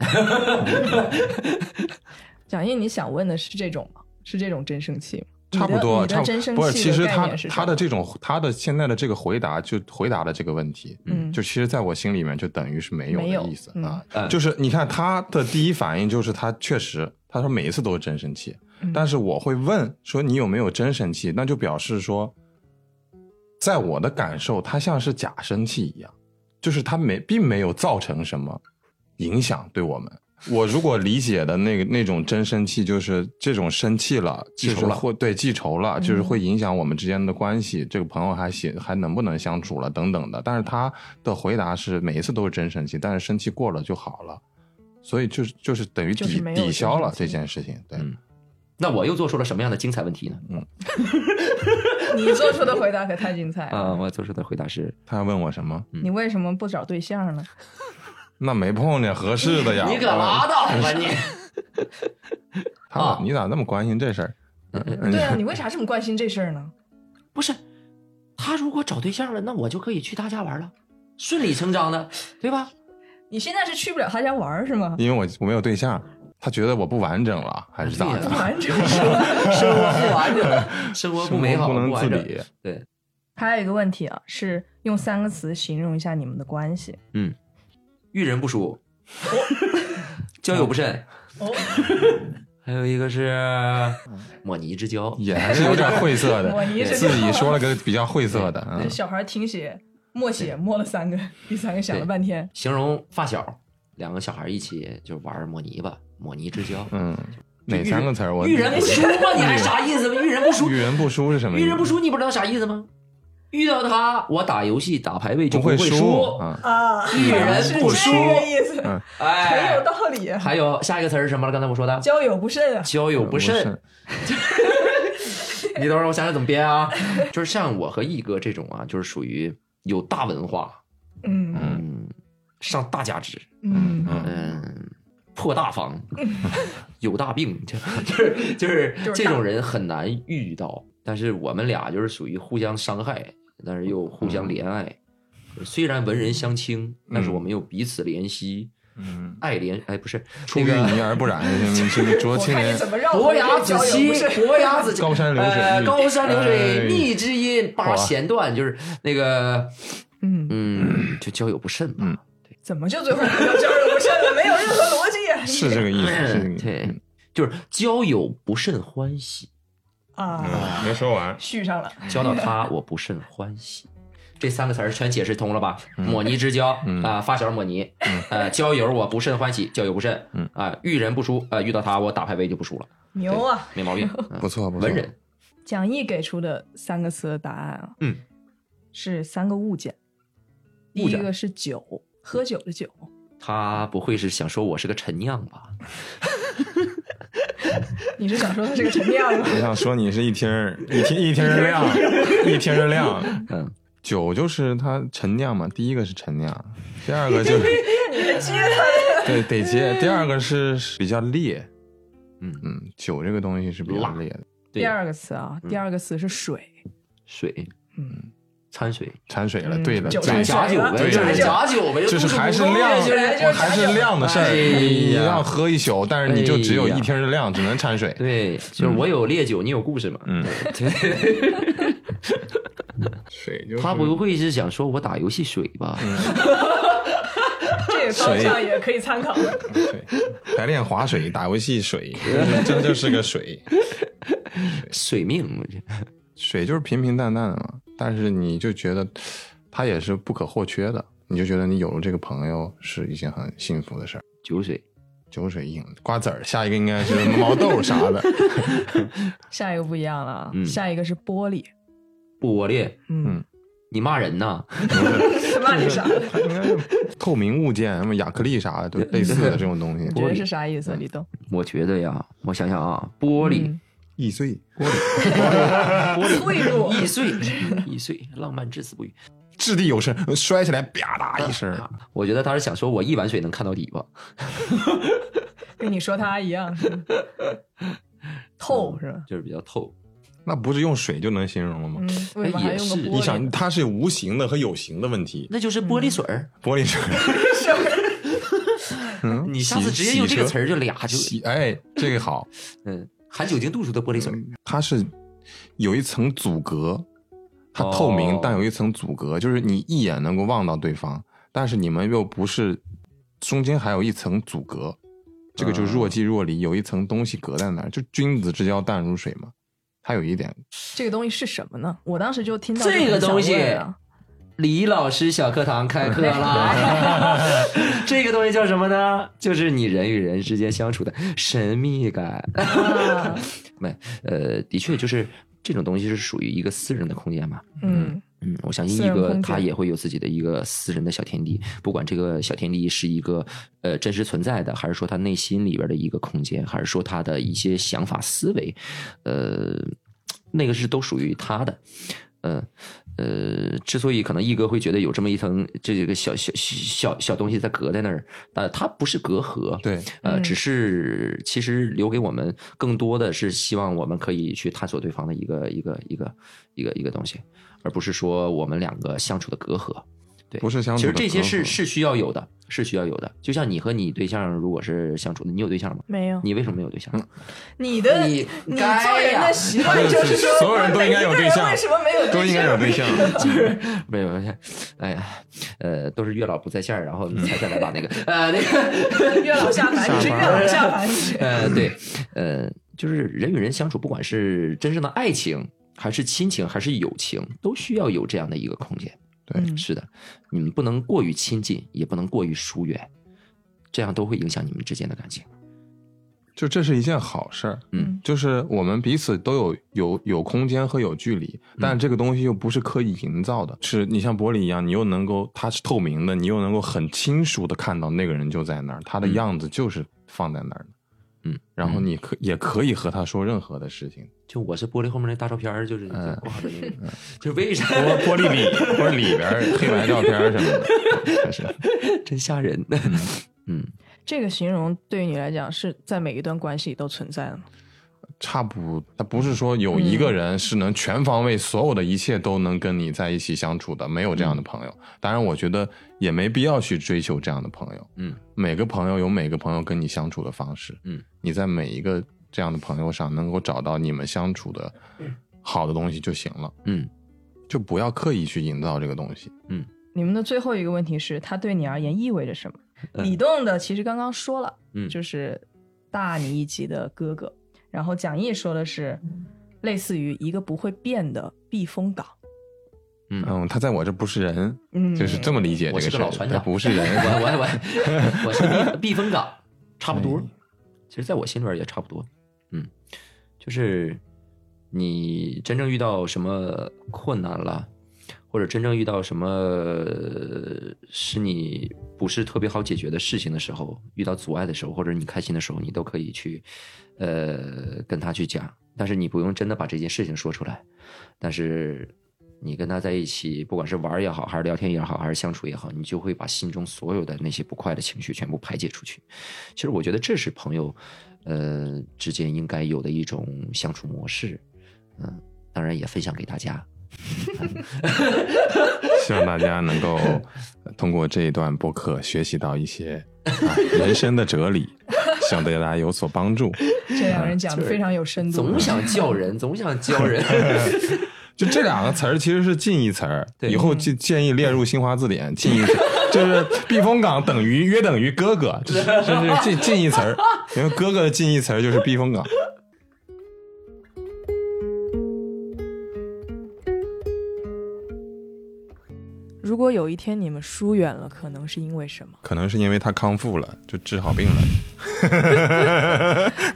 Speaker 1: 蒋毅，你想问的是这种吗？是这种真生气吗？
Speaker 2: 差不
Speaker 1: 你
Speaker 2: 多，
Speaker 1: 的
Speaker 2: 差
Speaker 1: 你的真生
Speaker 2: 不多。
Speaker 1: 气
Speaker 2: 其实
Speaker 1: 概
Speaker 2: 他
Speaker 1: 念是什么
Speaker 2: 他的这种他的现在的这个回答就回答了这个问题，
Speaker 1: 嗯
Speaker 2: 就其实在我心里面就等于是没有
Speaker 1: 没有
Speaker 2: 的意思啊。
Speaker 3: 嗯
Speaker 2: 就是你看他的第一反应就是他确实，他说每一次都是真生气，
Speaker 1: 嗯
Speaker 2: 但是我会问说你有没有真生气，那就表示说，在我的感受，他像是假生气一样，就是他没并没有造成什么影响对我们。我如果理解的那个 那种真生气，就是这种生气了，
Speaker 3: 记仇
Speaker 2: 就是
Speaker 3: 了
Speaker 2: 会对记仇了，
Speaker 1: 嗯
Speaker 2: 就是会影响我们之间的关系，这个朋友还行，还能不能相处了等等的。但是他的回答是每一次都是真生气，但是生气过了就好了，所以就是就是等于抵、
Speaker 1: 就是没有
Speaker 2: 抵消了这
Speaker 1: 真
Speaker 2: 件事情。对，
Speaker 3: 嗯那我又做出了什么样的精彩问题呢？
Speaker 1: 你做出的回答可太精彩了。
Speaker 3: 啊、我做出的回答是
Speaker 2: 他还问我什么？
Speaker 1: 你为什么不找对象呢？
Speaker 2: 那没碰见合适的呀。
Speaker 3: 你可拉倒 吧你！
Speaker 2: 他
Speaker 3: 啊
Speaker 2: 你咋那么关心这事儿？哎
Speaker 1: 对 啊，你为啥这么关心这事儿呢？
Speaker 3: 不是，他如果找对象了，那我就可以去他家玩了，顺理成章的，对吧？
Speaker 1: 你现在是去不了他家玩儿是吗？
Speaker 2: 因为我我没有对象，他觉得我不完整了，还是哎咋
Speaker 3: 对
Speaker 2: 的？
Speaker 3: 呀
Speaker 1: 完全是。
Speaker 3: 生活不 完整，生活不美好，
Speaker 2: 生活不
Speaker 3: 不
Speaker 2: 能自
Speaker 3: 完整。
Speaker 2: 理。
Speaker 3: 对，
Speaker 1: 还有一个问题啊，是用三个词形容一下你们的关系。
Speaker 3: 嗯，遇人不淑，交友不慎，还有一个 是抹泥之交，
Speaker 2: 也还是有点晦涩
Speaker 1: 我
Speaker 2: 的，
Speaker 1: 一直
Speaker 2: 自己说了个比较晦涩的，
Speaker 1: 这
Speaker 2: 嗯，
Speaker 1: 小孩听写默写默了三个，第三个想了
Speaker 3: 对
Speaker 1: 半天。
Speaker 3: 形容发小，两个小孩一起就玩抹泥巴，抹泥之交。
Speaker 2: 嗯，哪三个词儿？我
Speaker 3: 遇人不淑吗？你还啥意思吗？遇人不淑
Speaker 2: 遇，人不淑是什么意
Speaker 3: 遇
Speaker 2: 思？
Speaker 3: 人不淑，你不知道啥意思吗？遇到他，我打游戏打排位就
Speaker 2: 不
Speaker 3: 不
Speaker 2: 会
Speaker 3: 会
Speaker 2: 输啊。
Speaker 1: 啊，
Speaker 3: 遇人不淑
Speaker 1: 是这个意思，
Speaker 2: 嗯
Speaker 1: 很
Speaker 3: 哎
Speaker 1: 有，道理。啊
Speaker 3: 还有下一个词儿是什么了？刚才我说的
Speaker 1: 交友不慎啊，
Speaker 3: 交友不慎
Speaker 2: 是。，
Speaker 3: 你等会儿我想想怎么编啊。 就是像我和毅哥这种啊，就是属于有大文化，
Speaker 1: 嗯
Speaker 3: 嗯，上大价值，
Speaker 1: 嗯，
Speaker 3: 嗯，破大防，有大病， 就就是就是
Speaker 1: 就是大
Speaker 3: 这种人很难遇到。但是我们俩就是属于互相伤害，但是又互相怜爱。虽然文人相轻，但是我们又彼此怜惜，
Speaker 2: 嗯，
Speaker 3: 爱怜哎不是
Speaker 2: 出
Speaker 3: 那
Speaker 2: 淤
Speaker 3: 个
Speaker 2: 泥而不染，这 个
Speaker 1: 我
Speaker 2: 濯清
Speaker 1: 看你
Speaker 2: 涟
Speaker 1: 怎么绕回
Speaker 3: 伯牙
Speaker 1: 这个
Speaker 3: 子
Speaker 1: 交友
Speaker 3: 期
Speaker 1: 不，慎
Speaker 3: 伯牙子期，
Speaker 2: 高山流水
Speaker 3: 呃高山流
Speaker 2: 哎
Speaker 3: 水逆知音，八
Speaker 2: 好啊
Speaker 3: 弦断，就是那个，
Speaker 1: 嗯，
Speaker 3: 嗯，就交友不慎嘛。
Speaker 1: 怎么就最后变成交友不慎了？没有任何逻辑啊
Speaker 2: 是这个意思，是这个意思。
Speaker 3: 对，就是交友不甚欢喜，
Speaker 1: 啊！
Speaker 2: 嗯，没说完，
Speaker 1: 续上了，
Speaker 3: 交到 他我不甚欢喜。这三个词儿全解释通了吧？抹泥之交
Speaker 2: 嗯
Speaker 3: 啊，发小抹泥，呃，交友我不甚欢喜，交友不慎
Speaker 2: 嗯，
Speaker 3: 啊，遇人不淑，呃，遇到他我打排位就不输了，
Speaker 1: 牛啊！
Speaker 3: 没毛病。嗯
Speaker 2: 不错不错。
Speaker 3: 文人，
Speaker 1: 蒋毅给出的三个词的答案啊，
Speaker 3: 嗯，
Speaker 1: 是三个物件。第
Speaker 3: 物
Speaker 1: 一
Speaker 3: 件
Speaker 1: 个是酒，喝酒的酒。
Speaker 3: 他不会是想说我是个陈酿吧？
Speaker 1: 你是想说它是个陈酿吗？
Speaker 2: 我想说你是一听 儿一听一听儿亮，一听儿亮。
Speaker 3: 嗯，
Speaker 2: 酒就是它陈酿嘛，第一个是陈酿，第二个就是
Speaker 1: 接了。
Speaker 2: 对得接，第二个是比较烈，
Speaker 3: 嗯
Speaker 2: 嗯，酒这个东西是比较烈的。
Speaker 3: 对
Speaker 1: 第，二个词啊，
Speaker 3: 嗯
Speaker 1: 第二个词是水。
Speaker 3: 水，
Speaker 1: 嗯，
Speaker 3: 掺水，
Speaker 2: 掺水了。
Speaker 1: 嗯
Speaker 2: 对的，
Speaker 1: 酒掺
Speaker 2: 对
Speaker 1: 水
Speaker 3: 假酒呗，
Speaker 2: 对
Speaker 3: 就是假酒呗，
Speaker 2: 就是还是
Speaker 3: 度数不够呀
Speaker 2: 量，
Speaker 3: 现在
Speaker 1: 就是
Speaker 2: 还是量的事儿。
Speaker 3: 哎 呀
Speaker 2: 你要喝一宿，但是你就只有一听的量，只能掺水。
Speaker 3: 对，就是我有烈酒，你有故事嘛？
Speaker 2: 嗯，
Speaker 3: 对，
Speaker 2: 水就
Speaker 3: 他不会是想说我打游戏水吧？
Speaker 1: 这个方向也可以参考。
Speaker 2: 水，排练划水，打游戏水，这就是个水。
Speaker 3: 水命，我觉得
Speaker 2: 水就是平平淡淡的嘛，但是你就觉得它也是不可或缺的，你就觉得你有了这个朋友是一件很幸福的事儿。
Speaker 3: 酒水。
Speaker 2: 酒水硬瓜子儿，下一个 应该是毛豆啥的。
Speaker 1: 下一个不一样了啊，
Speaker 3: 嗯
Speaker 1: 下一个是玻璃。
Speaker 3: 玻璃，
Speaker 1: 嗯，
Speaker 3: 你骂人呐？
Speaker 1: 什么你 啥？
Speaker 2: 它应该是透明物件，什么亚克力啥的，都类似的这种东西
Speaker 1: 你。觉得是啥意思啊，李东？
Speaker 3: 我觉得呀，我想想啊，嗯玻璃
Speaker 1: 嗯，
Speaker 2: 易碎，
Speaker 3: 玻璃
Speaker 1: 脆弱
Speaker 3: 易碎， 易碎，浪漫至死不渝。
Speaker 2: 掷地有声，摔起来啪嗒一声。
Speaker 1: 啊
Speaker 3: 我觉得他是想说，我一碗水能看到底吧？
Speaker 1: 跟你说他一样，透是吧？
Speaker 3: 就是比较透。
Speaker 2: 那不是用水就能形容了吗？
Speaker 1: 嗯，为什么
Speaker 3: 哎
Speaker 1: 还用个玻璃呢？
Speaker 2: 你想，它是无形的和有形的问题。
Speaker 3: 那就是玻璃水 儿，
Speaker 2: 玻璃水，嗯，
Speaker 3: 你下次直接用这个词儿就俩就
Speaker 2: 洗哎，这个好，
Speaker 3: 嗯，含酒精度数的玻璃水儿，
Speaker 1: 嗯
Speaker 2: 它是有一层阻隔，它透明
Speaker 3: 哦，
Speaker 2: 但有一层阻隔，就是你一眼能够望到对方，但是你们又不是中间还有一层阻隔，这个
Speaker 3: 嗯
Speaker 2: 就若即若离，有一层东西隔在那儿，就君子之交淡如水嘛。它有一点，
Speaker 1: 这个东西是什么呢？我当时就听到
Speaker 3: 这个东西
Speaker 1: 就很想问 啊
Speaker 3: 李老师小课堂开课 啦！这个东西叫什么呢？就是你人与人之间相处的神秘感。哎
Speaker 1: 啊，
Speaker 3: 没，呃，的确就是这种东西是属于一个私人的空间嘛。
Speaker 1: 嗯，
Speaker 3: 嗯，我相
Speaker 1: 私
Speaker 3: 信一
Speaker 1: 人
Speaker 3: 个
Speaker 1: 空
Speaker 3: 他
Speaker 1: 间
Speaker 3: 也会有自己的一个私人的小天地，不管这个小天地是一个呃真实存在的，还是说他内心里边的一个空间，还是说他的一些想法思维，呃，那个是都属于他的。嗯，呃，之所以可能毅哥会觉得有这么一层这个小小小小小东西在隔在那儿，呃，它不是隔阂，
Speaker 2: 对，
Speaker 3: 呃，
Speaker 1: 嗯
Speaker 3: 只是其实留给我们更多的是希望我们可以去探索对方的一个一个一个一个一个东西，而不是说我们两个相处的隔阂。对，
Speaker 2: 不是相处
Speaker 3: 其实
Speaker 2: 的
Speaker 3: 这些
Speaker 2: 隔
Speaker 3: 是
Speaker 2: 阂
Speaker 3: 是需要有的，是需要有的。就像你和你对象如果是相处的，你有对象吗？
Speaker 1: 没有
Speaker 3: 你为什么没有对象？
Speaker 1: 你的
Speaker 3: 嗯呃你
Speaker 1: 你
Speaker 3: 该
Speaker 1: 做人
Speaker 3: 呀
Speaker 1: 的 习惯就是说，
Speaker 2: 所有人都应该有对象
Speaker 1: 为什么没有
Speaker 2: 都应该有对象。
Speaker 3: 没有，哎呀，呃，都是月老不在线儿，然后你才再来把那个 呃那个
Speaker 1: 月老下凡，你是月老下凡。
Speaker 3: 呃，对，呃，就是人与人相处，不管是真正的爱情，还是亲情，还是友情，都需要有这样的一个空间。
Speaker 2: 对
Speaker 1: 嗯
Speaker 3: 是的，你们不能过于亲近，也不能过于疏远，这样都会影响你们之间的感情。
Speaker 2: 就这是一件好事儿。
Speaker 3: 嗯
Speaker 2: 就是我们彼此都有有有空间和有距离，但这个东西又不是刻意营造的，嗯是你像玻璃一样，你又能够它是透明的，你又能够很清楚的看到那个人就在那儿，他的
Speaker 3: 嗯
Speaker 2: 样子就是放在那儿的，
Speaker 3: 嗯，
Speaker 2: 然后
Speaker 3: 嗯
Speaker 2: 你可也可以和他说任何的事情，
Speaker 3: 就我是玻璃后面那大照片儿，就是
Speaker 2: 嗯
Speaker 3: 挂的那个，就是为 啥
Speaker 2: 玻玻璃里玻璃里边 儿黑白照片儿什么的，还是
Speaker 3: 真吓人？嗯，
Speaker 1: 这个形容对于你来讲是在每一段关系里都存在的吗？
Speaker 2: 差不，他不是说有一个
Speaker 3: 嗯
Speaker 2: 人是能全方位所有的一切都能跟你在一起相处的，没有这样的朋
Speaker 3: 嗯
Speaker 2: 友。当然，我觉得也没必要去追求这样的朋友。
Speaker 3: 嗯，
Speaker 2: 每个朋友有每个朋友跟你相处的方式。
Speaker 3: 嗯，
Speaker 2: 你在每一个这样的朋友上能够找到你们相处的好的东西就行了，
Speaker 3: 嗯
Speaker 2: 就不要刻意去营造这个东西。
Speaker 1: 你们的最后一个问题是，它对你而言意味着什么？
Speaker 3: 嗯
Speaker 1: 李栋的其实刚刚说了，
Speaker 3: 嗯，
Speaker 1: 就是大你一级的哥哥，然后蒋毅说的是类似于一个不会变的避风港。
Speaker 3: 嗯，
Speaker 2: 嗯，他在我这不是人，
Speaker 1: 嗯，
Speaker 2: 就是这么理解这
Speaker 3: 我是
Speaker 2: 事
Speaker 3: 个
Speaker 2: 儿。
Speaker 3: 老船
Speaker 2: 他
Speaker 3: 长，
Speaker 2: 不 是人。
Speaker 3: 我我我我是避 避风港，差不多。其实，在我心里边也差不多。嗯，就是你真正遇到什么困难了，或者真正遇到什么呃是你不是特别好解决的事情的时候，遇到阻碍的时候，或者你开心的时候，你都可以去呃跟他去讲。但是你不用真的把这件事情说出来，但是你跟他在一起，不管是玩儿也好，还是聊天也好，还是相处也好，你就会把心中所有的那些不快的情绪全部排解出去。其实我觉得这是朋友，呃，之间应该有的一种相处模式。嗯，当然也分享给大家。
Speaker 2: 希望大家能够通过这一段播客学习到一些、啊、人生的哲理，希望对大家有所帮助。
Speaker 1: 这两人讲的非常有深度。
Speaker 5: 总想 叫人，总想教人。
Speaker 2: 就这两个词儿其实是近义词儿，
Speaker 5: 对
Speaker 2: 以后建建议列入新华字典。近义词就是避风港等于约等于哥哥，这是这是近近义词儿。因为哥哥的近义词儿就是避风港。
Speaker 1: 如果有一天你们疏远了，可能是因为什么？
Speaker 2: 可能是因为他康复了，就治好病了。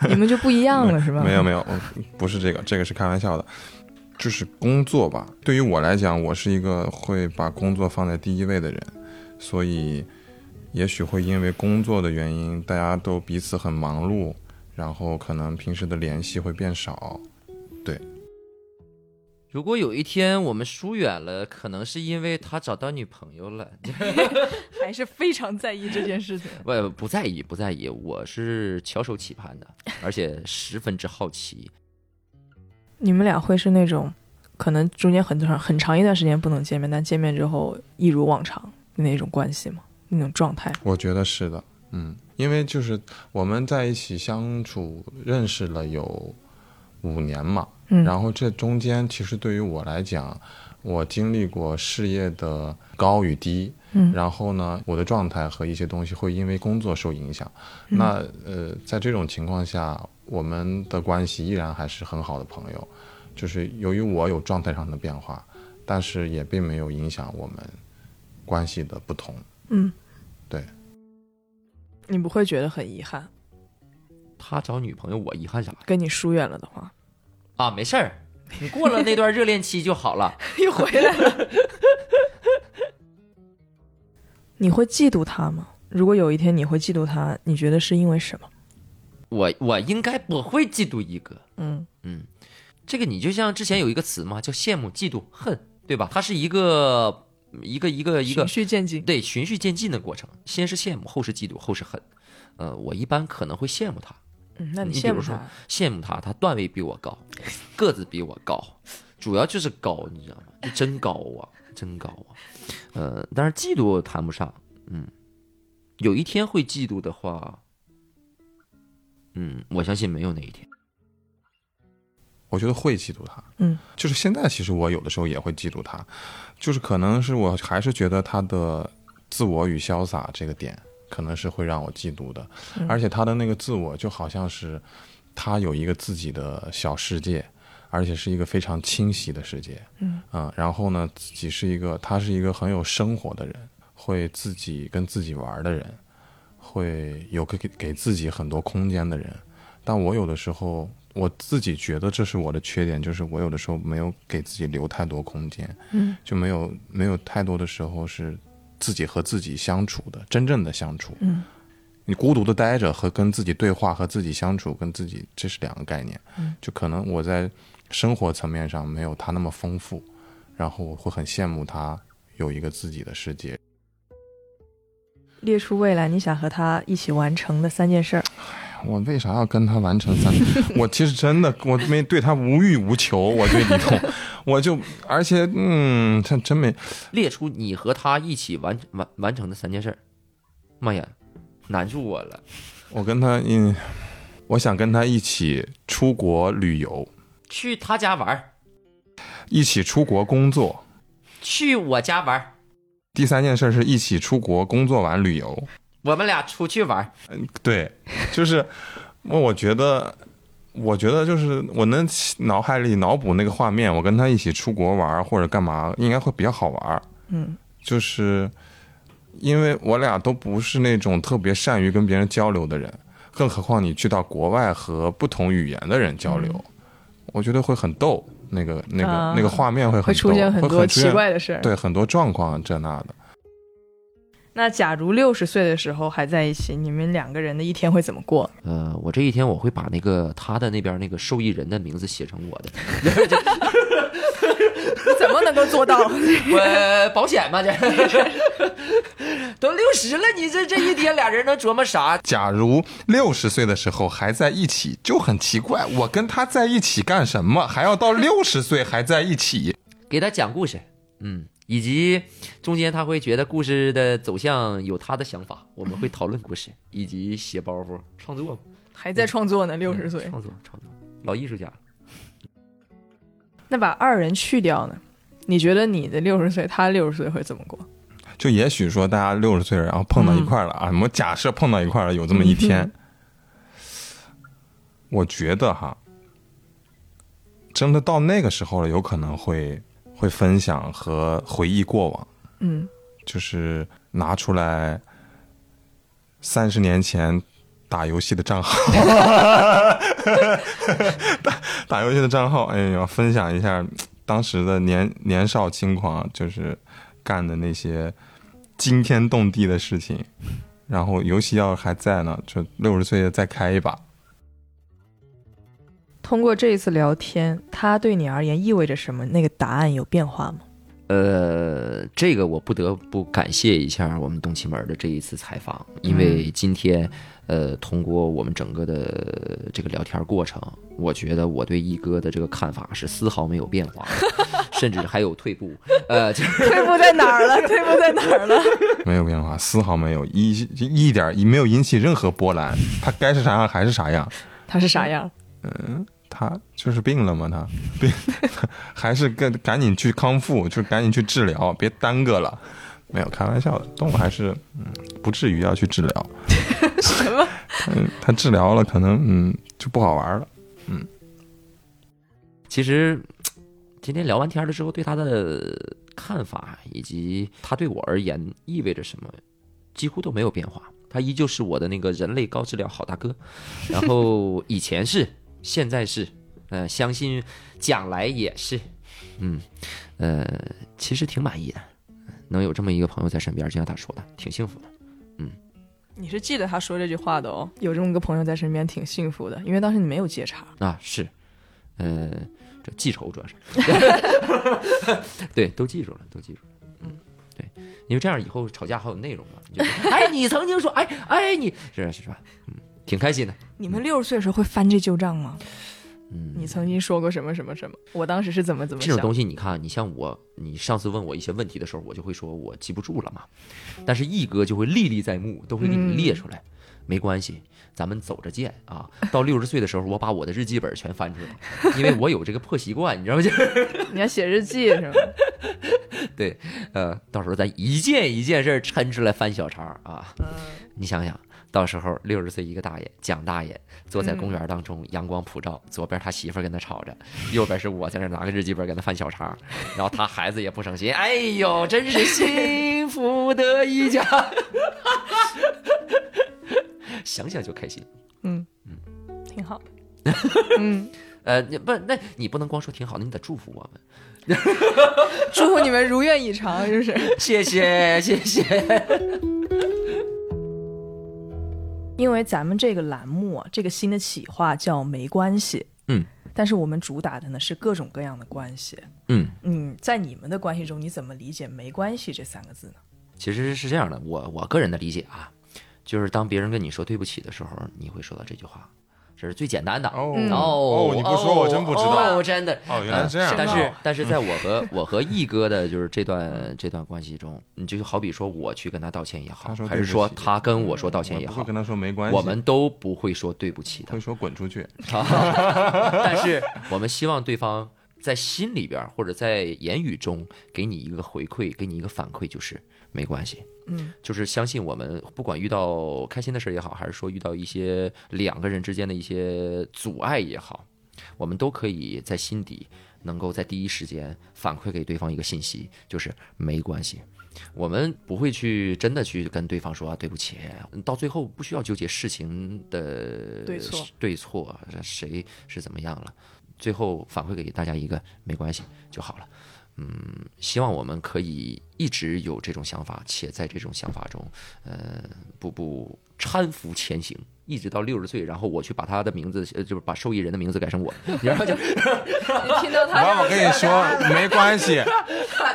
Speaker 1: 你们就不一样了，是吧？
Speaker 2: 没有没有，我不是这个，这个是开玩笑的。就是工作吧，对于我来讲，我是一个会把工作放在第一位的人，所以也许会因为工作的原因，大家都彼此很忙碌，然后可能平时的联系会变少。
Speaker 3: 如果有一天我们疏远了，可能是因为他找到女朋友了。
Speaker 1: 还是非常在意这件事情。
Speaker 3: 不不在意，不在意，我是翘首企盼的，而且十分之好奇。
Speaker 1: 你们俩会是那种，可能中间很长很长一段时间不能见面，但见面之后一如往常的那种关系吗？那种状态？
Speaker 2: 我觉得是的，嗯，因为就是我们在一起相处认识了有五年嘛，
Speaker 1: 嗯
Speaker 2: 然后这中间其实对于我来讲，我经历过事业的高与低，
Speaker 1: 嗯
Speaker 2: 然后呢，我的状态和一些东西会因为工作受影响。那呃，在这种情况下，我们的关系依然还是很好的朋友，就是由于我有状态上的变化，但是也并没有影响我们关系的不同。
Speaker 1: 嗯，
Speaker 2: 对。
Speaker 1: 你不会觉得很遗憾？
Speaker 3: 他找女朋友，我遗憾啥呀？
Speaker 1: 跟你疏远了的话，
Speaker 3: 啊，没事儿，你过了那段热恋期就好了。
Speaker 1: 又回来了。 你会嫉妒他吗？如果有一天你会嫉妒他，你觉得是因为什么？
Speaker 3: 我我应该不会嫉妒一个，
Speaker 1: 嗯
Speaker 3: 这个你就像之前有一个词嘛，叫羡慕、嫉妒、恨，对吧？它是一个一个一个一
Speaker 1: 循
Speaker 3: 个
Speaker 1: 序渐进。
Speaker 3: 对循序渐进的过程，先是羡慕，后是嫉妒，后是恨。呃，我一般可能会羡慕他，
Speaker 1: 嗯，那你
Speaker 3: 你比
Speaker 1: 羡
Speaker 3: 如
Speaker 1: 慕
Speaker 3: 说
Speaker 1: 他？
Speaker 3: 羡慕他，他段位比我高，个子比我高，主要就是高，你知道吗？真高啊，真高啊。呃，但是嫉妒谈不上，嗯，有一天会嫉妒的话，嗯，我相信没有那一天。
Speaker 2: 我觉得会嫉妒他。
Speaker 1: 嗯，
Speaker 2: 就是现在其实我有的时候也会嫉妒他，就是可能是我还是觉得他的自我与潇洒这个点，可能是会让我嫉妒的。
Speaker 1: 嗯
Speaker 2: 而且他的那个自我就好像是他有一个自己的小世界，而且是一个非常清晰的世界。啊
Speaker 1: 嗯
Speaker 2: 然后呢，自己是一个他是一个很有生活的人，会自己跟自己玩的人，会有给给自己很多空间的人。但我有的时候我自己觉得这是我的缺点，就是我有的时候没有给自己留太多空间，
Speaker 1: 嗯，
Speaker 2: 就没有没有太多的时候是自己和自己相处的，真正的相处，
Speaker 1: 嗯，
Speaker 2: 你孤独的待着和跟自己对话和自己相处，跟自己这是两个概念，嗯，就可能我在生活层面上没有他那么丰富，然后我会很羡慕他有一个自己的世界，
Speaker 1: 列出未来你想和他一起完成的三件事儿。
Speaker 2: 我为啥要跟他完成三？我其实真的我没对他无欲无求，我对李彤，我就而且嗯，他真没
Speaker 3: 列出你和他一起完完完成的三件事儿，妈呀，难住我了。
Speaker 2: 我跟他嗯，我想跟他一起出国旅游，
Speaker 3: 去他家玩儿，
Speaker 2: 一起出国工作。
Speaker 3: 去我家玩儿，
Speaker 2: 第三件事是一起出国工作完旅游。
Speaker 3: 我们俩出去玩儿。
Speaker 2: 对，就是我我觉得，我觉得就是我能脑海里脑补那个画面，我跟他一起出国玩儿或者干嘛，应该会比较好玩儿。
Speaker 1: 嗯，
Speaker 2: 就是因为我俩都不是那种特别善于跟别人交流的人，更何况你去到国外和不同语言的人交流，我觉得会很逗。那个、那
Speaker 1: 嗯
Speaker 2: 个、
Speaker 1: 啊
Speaker 2: 那个画面会
Speaker 1: 会
Speaker 2: 很
Speaker 1: 出
Speaker 2: 逗，
Speaker 1: 现
Speaker 2: 会
Speaker 1: 很多
Speaker 2: 出
Speaker 1: 奇
Speaker 2: 现
Speaker 1: 怪的事儿。
Speaker 2: 对很多状况啊这那的。
Speaker 1: 那假如六十岁的时候还在一起，你们两个人的一天会怎么过？
Speaker 3: 呃，我这一天我会把那个他的那边那个受益人的名字写成我的， 就是这
Speaker 1: 怎么能够做 到？
Speaker 3: 我呃保险吧这， 都六十了，你这这一天俩人能琢磨啥？
Speaker 2: 假如六十岁的时候还在一起，就很奇怪。我跟他在一起干什么？还要到六十岁还在一起？
Speaker 3: 给他讲故事，嗯，以及中间他会觉得故事的走向有他的想法，我们会讨论故事，以及写包袱、创作，
Speaker 1: 还在创作
Speaker 2: 嗯
Speaker 1: 呢，六十岁。
Speaker 3: 创作创作，老艺术家了。
Speaker 1: 那把二人去掉呢？你觉得你的六十岁，他六十岁会怎么过？
Speaker 2: 就也许说大家六十岁了，然后碰到一块儿了啊，我们假设碰到一块儿了，有这么一天，我觉得哈，真的到那个时候了，有可能会会分享和回忆过往，
Speaker 1: 嗯，
Speaker 2: 就是拿出来三十年前打游戏的账号，打打游戏的账号，哎呦，分享一下当时的年年少轻狂，就是干的那些惊天动地的事情。然后游戏要是还在呢，就六十岁再开一把。
Speaker 1: 通过这一次聊天，他对你而言意味着什么？那个答案有变化吗？
Speaker 3: 呃，这个我不得不感谢一下我们东七门的这一次采访，
Speaker 1: 嗯
Speaker 3: 因为今天，呃，通过我们整个的这个聊天过程，我觉得我对一哥的这个看法是丝毫没有变化 的，甚至还有退步。呃，就 是
Speaker 1: 退步在哪儿了？退步在哪儿了？
Speaker 2: 没有变化，丝毫没有一一点没有引起任何波澜。他该是啥样还是啥样，
Speaker 1: 他是啥样？
Speaker 2: 他就是病了吗？他 病还是赶赶紧去康复，就赶紧去治疗，别耽搁了。没有开玩笑的，动物还是嗯不至于要去治疗。
Speaker 1: 什么？
Speaker 2: 嗯， 他治疗了，可能嗯就不好玩了。
Speaker 3: 其实今天聊完天了之后，对他的看法以及他对我而言意味着什么，几乎都没有变化。他依旧是我的那个人类高质量好大哥，然后以前是，现在是，呃，相 信将来也是，嗯，呃，其实挺满意的，嗯能有这么一个朋友在身边，就像他说的，挺幸福的。
Speaker 1: 你是记得他说这句话的哦。有这么个朋友在身边，挺幸福的，因为当时你没有接茬。
Speaker 3: 啊，是，呃，这记仇 主要是，对，都记住了，都记住了，嗯，对，因为这样以后吵架还有内容嘛，你就 哎，你曾经说，哎哎，你是是吧？嗯，挺开心的，
Speaker 1: 你
Speaker 2: 嗯
Speaker 1: 们六十岁的时候会翻这旧账吗？
Speaker 3: 嗯，
Speaker 1: 你曾经说过什么什么什么？我当时是怎么怎么
Speaker 3: 这种
Speaker 1: 想？
Speaker 3: 东西，你看，你像我，你上次问我一些问题的时候，我就会说我记不住了嘛，但是毅哥就会历历在目，都会给你列出来。没关系，咱们走着见啊！到六十岁的时候，我把我的日记本全翻出来，因为我有这个破习惯，你知道吗？就是
Speaker 1: 你要写日记是吗？
Speaker 3: 呃，到时候咱一件一件事儿抻出来翻小肠儿啊。你想想，到时候六十岁一个大爷蒋大爷坐在公园当中，阳光普照，左边他媳妇儿跟他吵着， 右边是我在那儿拿个日记本跟他翻小肠儿，然后他孩子也不省心，哎呦，真是幸福的一家， 想想就开心。
Speaker 1: 挺好的。嗯，
Speaker 3: 呃，你不，那你不能光说挺好的，你得祝福我们。
Speaker 1: 祝福你们如愿以偿，就是。
Speaker 3: 谢谢，谢谢。
Speaker 6: 因为咱们这个栏目啊，这个新的企划叫“没关系”，
Speaker 3: 嗯，
Speaker 6: 但是我们主打的呢是各种各样的关系。
Speaker 3: 嗯。
Speaker 6: 嗯，在你们的关系中，你怎么理解“没关系”这三个字呢？
Speaker 3: 其实是这样的，我我个人的理解啊，就是当别人跟你说对不起的时候，你会说到这句话，这是最简单的。
Speaker 2: 哦
Speaker 1: 嗯
Speaker 3: 哦
Speaker 2: 哦，你不说我真不知道。
Speaker 3: 哦，真的。
Speaker 2: 哦，原来是这样
Speaker 3: 呃。但是但是在我和 我和毅哥的就是这段这段关系中，你就好比说我去跟他道歉也好
Speaker 2: 他，说
Speaker 3: 还
Speaker 2: 对不
Speaker 3: 是说
Speaker 2: 起
Speaker 3: 他跟我说道
Speaker 2: 我
Speaker 3: 歉也
Speaker 2: 不会
Speaker 3: 好
Speaker 2: 跟，他说没关系，
Speaker 3: 我们都不会说对不起的
Speaker 2: 会。说滚出去。
Speaker 3: 但是我们希望对方在心里边儿或者在言语中给你一个回馈，给你一个反馈，就是没关系。
Speaker 6: 嗯，
Speaker 3: 就是相信我们，不管遇到开心的事儿也好，还是说遇到一些两个人之间的一些阻碍也好，我们都可以在心底能够在第一时间反馈给对方一个信息，就是没关系。我们不会去真的去跟对方说、啊、对不起，到最后不需要纠结事情
Speaker 2: 呃
Speaker 3: 的
Speaker 1: 对错
Speaker 3: 对错啊谁是怎么样了，最后反馈给大家一个没关系就好了。嗯，希望我们可以一直有这种想法，且在这种想法中，呃，步步搀扶前行，一直到六十岁，然后我去把他的名字，呃，就是把受益人的名字改成我，然后就
Speaker 1: 你听到
Speaker 2: 然
Speaker 1: 他
Speaker 2: 后我跟你说没关系，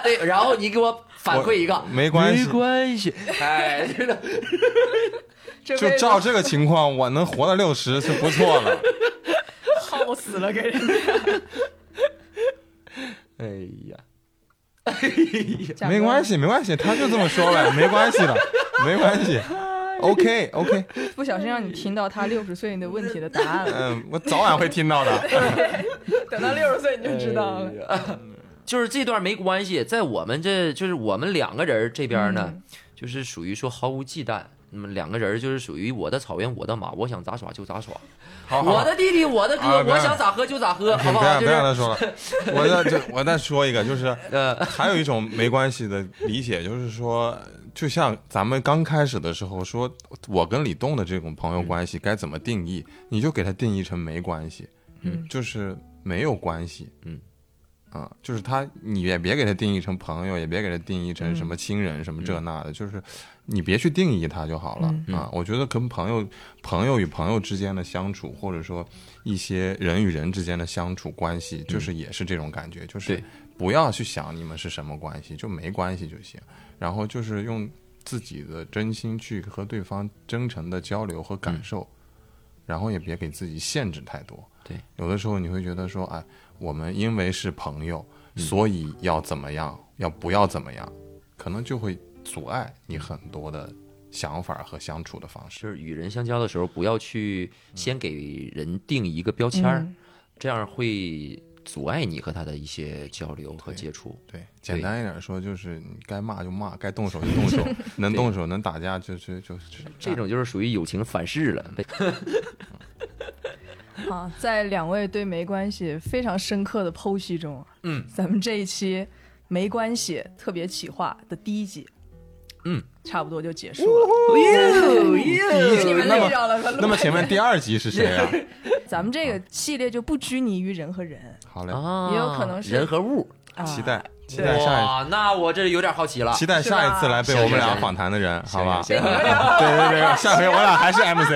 Speaker 3: 对，然后你给我反馈一个，
Speaker 2: 没关系
Speaker 3: 没关系，哎，真的，
Speaker 1: 这
Speaker 2: 就
Speaker 1: 辈子
Speaker 2: 照这个情况，我能活到六十是不错了。
Speaker 1: 耗死了，给人。
Speaker 3: 哎呀，
Speaker 7: 贾
Speaker 2: 没
Speaker 7: 哥
Speaker 2: 关，系，没关系，他就这么说呗，没关系 的，没关
Speaker 3: 哎
Speaker 2: 系。OK OK，
Speaker 1: 不小心让你听到他六十岁的问题的答案了，
Speaker 2: 嗯，我早晚会听到的。
Speaker 1: 等到六十岁你就知道
Speaker 2: 哎
Speaker 1: 了。
Speaker 3: 就是这段没关系，在我们这就是我们两个人这边呢，就是属于说毫无忌惮。那么两个人就是属于我的草原，我的马，我想咋耍就咋耍。
Speaker 2: 好，好
Speaker 3: 我的弟弟，我的哥，
Speaker 2: 啊不要
Speaker 3: 我想咋喝就咋喝，好不
Speaker 2: 不
Speaker 3: 好？
Speaker 2: 要
Speaker 3: 就
Speaker 2: 不要
Speaker 3: 是
Speaker 2: 再说了， 我再就我再说一个，就是
Speaker 3: 呃，
Speaker 2: 还有一种没关系的理解，就是说，就像咱们刚开始的时候说，我跟李栋的这种
Speaker 3: 嗯
Speaker 2: 朋友关系该怎么定义，你就给他定义成没关系，
Speaker 1: 嗯，
Speaker 2: 就是没有关系，
Speaker 3: 嗯，
Speaker 2: 啊，就是他，你也别给他定义成朋友，也别给他定义
Speaker 3: 嗯
Speaker 2: 成什么亲人、什么这那的，就是你别去定义他就好了、
Speaker 1: 嗯
Speaker 2: 啊。我觉得跟朋友、朋友与朋友之间的相处，或者说一些人与人之间的相处关系，就是也是这种感觉，就是
Speaker 3: 嗯对
Speaker 2: 不要去想你们是什么关系，就没关系就行。然后就是用自己的真心去和对方真诚的交流和感受，然后也别给自己限制太多。
Speaker 3: 嗯对，
Speaker 2: 有的时候你会觉得说，哎，我们因为是朋友，
Speaker 3: 嗯
Speaker 2: 所以要怎么样，要不要怎么样，可能就会阻碍你很多的想法和相处的方式。
Speaker 3: 就是与人相交的时候，不要去先给人定一个标签儿，这样会阻碍你和他的一些交流和接触。
Speaker 2: 对，简单一点说，就是你该骂就骂，该动手就动手，能动手能打架就就就是啊
Speaker 3: 这种就是属于友情反噬了。被
Speaker 1: 好，在两位对没关系非常深刻的剖析中，嗯，咱们这一期没关系特别企划的第一集，
Speaker 3: 嗯，
Speaker 1: 差不多就结束了。 你们累着了吧？
Speaker 2: 那么前面第二集是谁啊？
Speaker 1: 咱们这个系列就不拘泥于人和人，
Speaker 2: 好嘞，
Speaker 3: 啊，
Speaker 1: 也有可能是
Speaker 3: 人和物。
Speaker 1: 啊、
Speaker 2: 期待期待下
Speaker 3: 哇，那我这有点好奇了
Speaker 2: 一。期待下一次来被我们俩访谈的人，
Speaker 3: 行
Speaker 2: 好吧？
Speaker 3: 行
Speaker 2: 对
Speaker 3: 行行
Speaker 2: 对对，下回我俩还是 MC，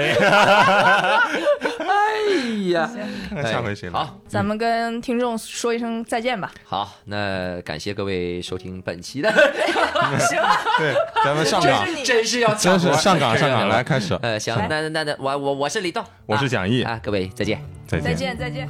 Speaker 3: 哎呀，
Speaker 2: 看下回谁来？
Speaker 3: 好
Speaker 1: 咱们跟听众说一声再见吧。
Speaker 3: 好，那感谢各位收听本期的，
Speaker 2: 对，咱们上岗，
Speaker 3: 哦真是要抢
Speaker 2: 真是
Speaker 3: 活哎
Speaker 2: 上岗上 岗，
Speaker 3: 了
Speaker 2: 来开始，哎
Speaker 3: 呃，行，那那那那，我我我是李栋，
Speaker 2: 我是蒋毅
Speaker 3: 啊，啊各位再见。
Speaker 2: 再
Speaker 1: 再
Speaker 2: 见。
Speaker 1: 见，再见。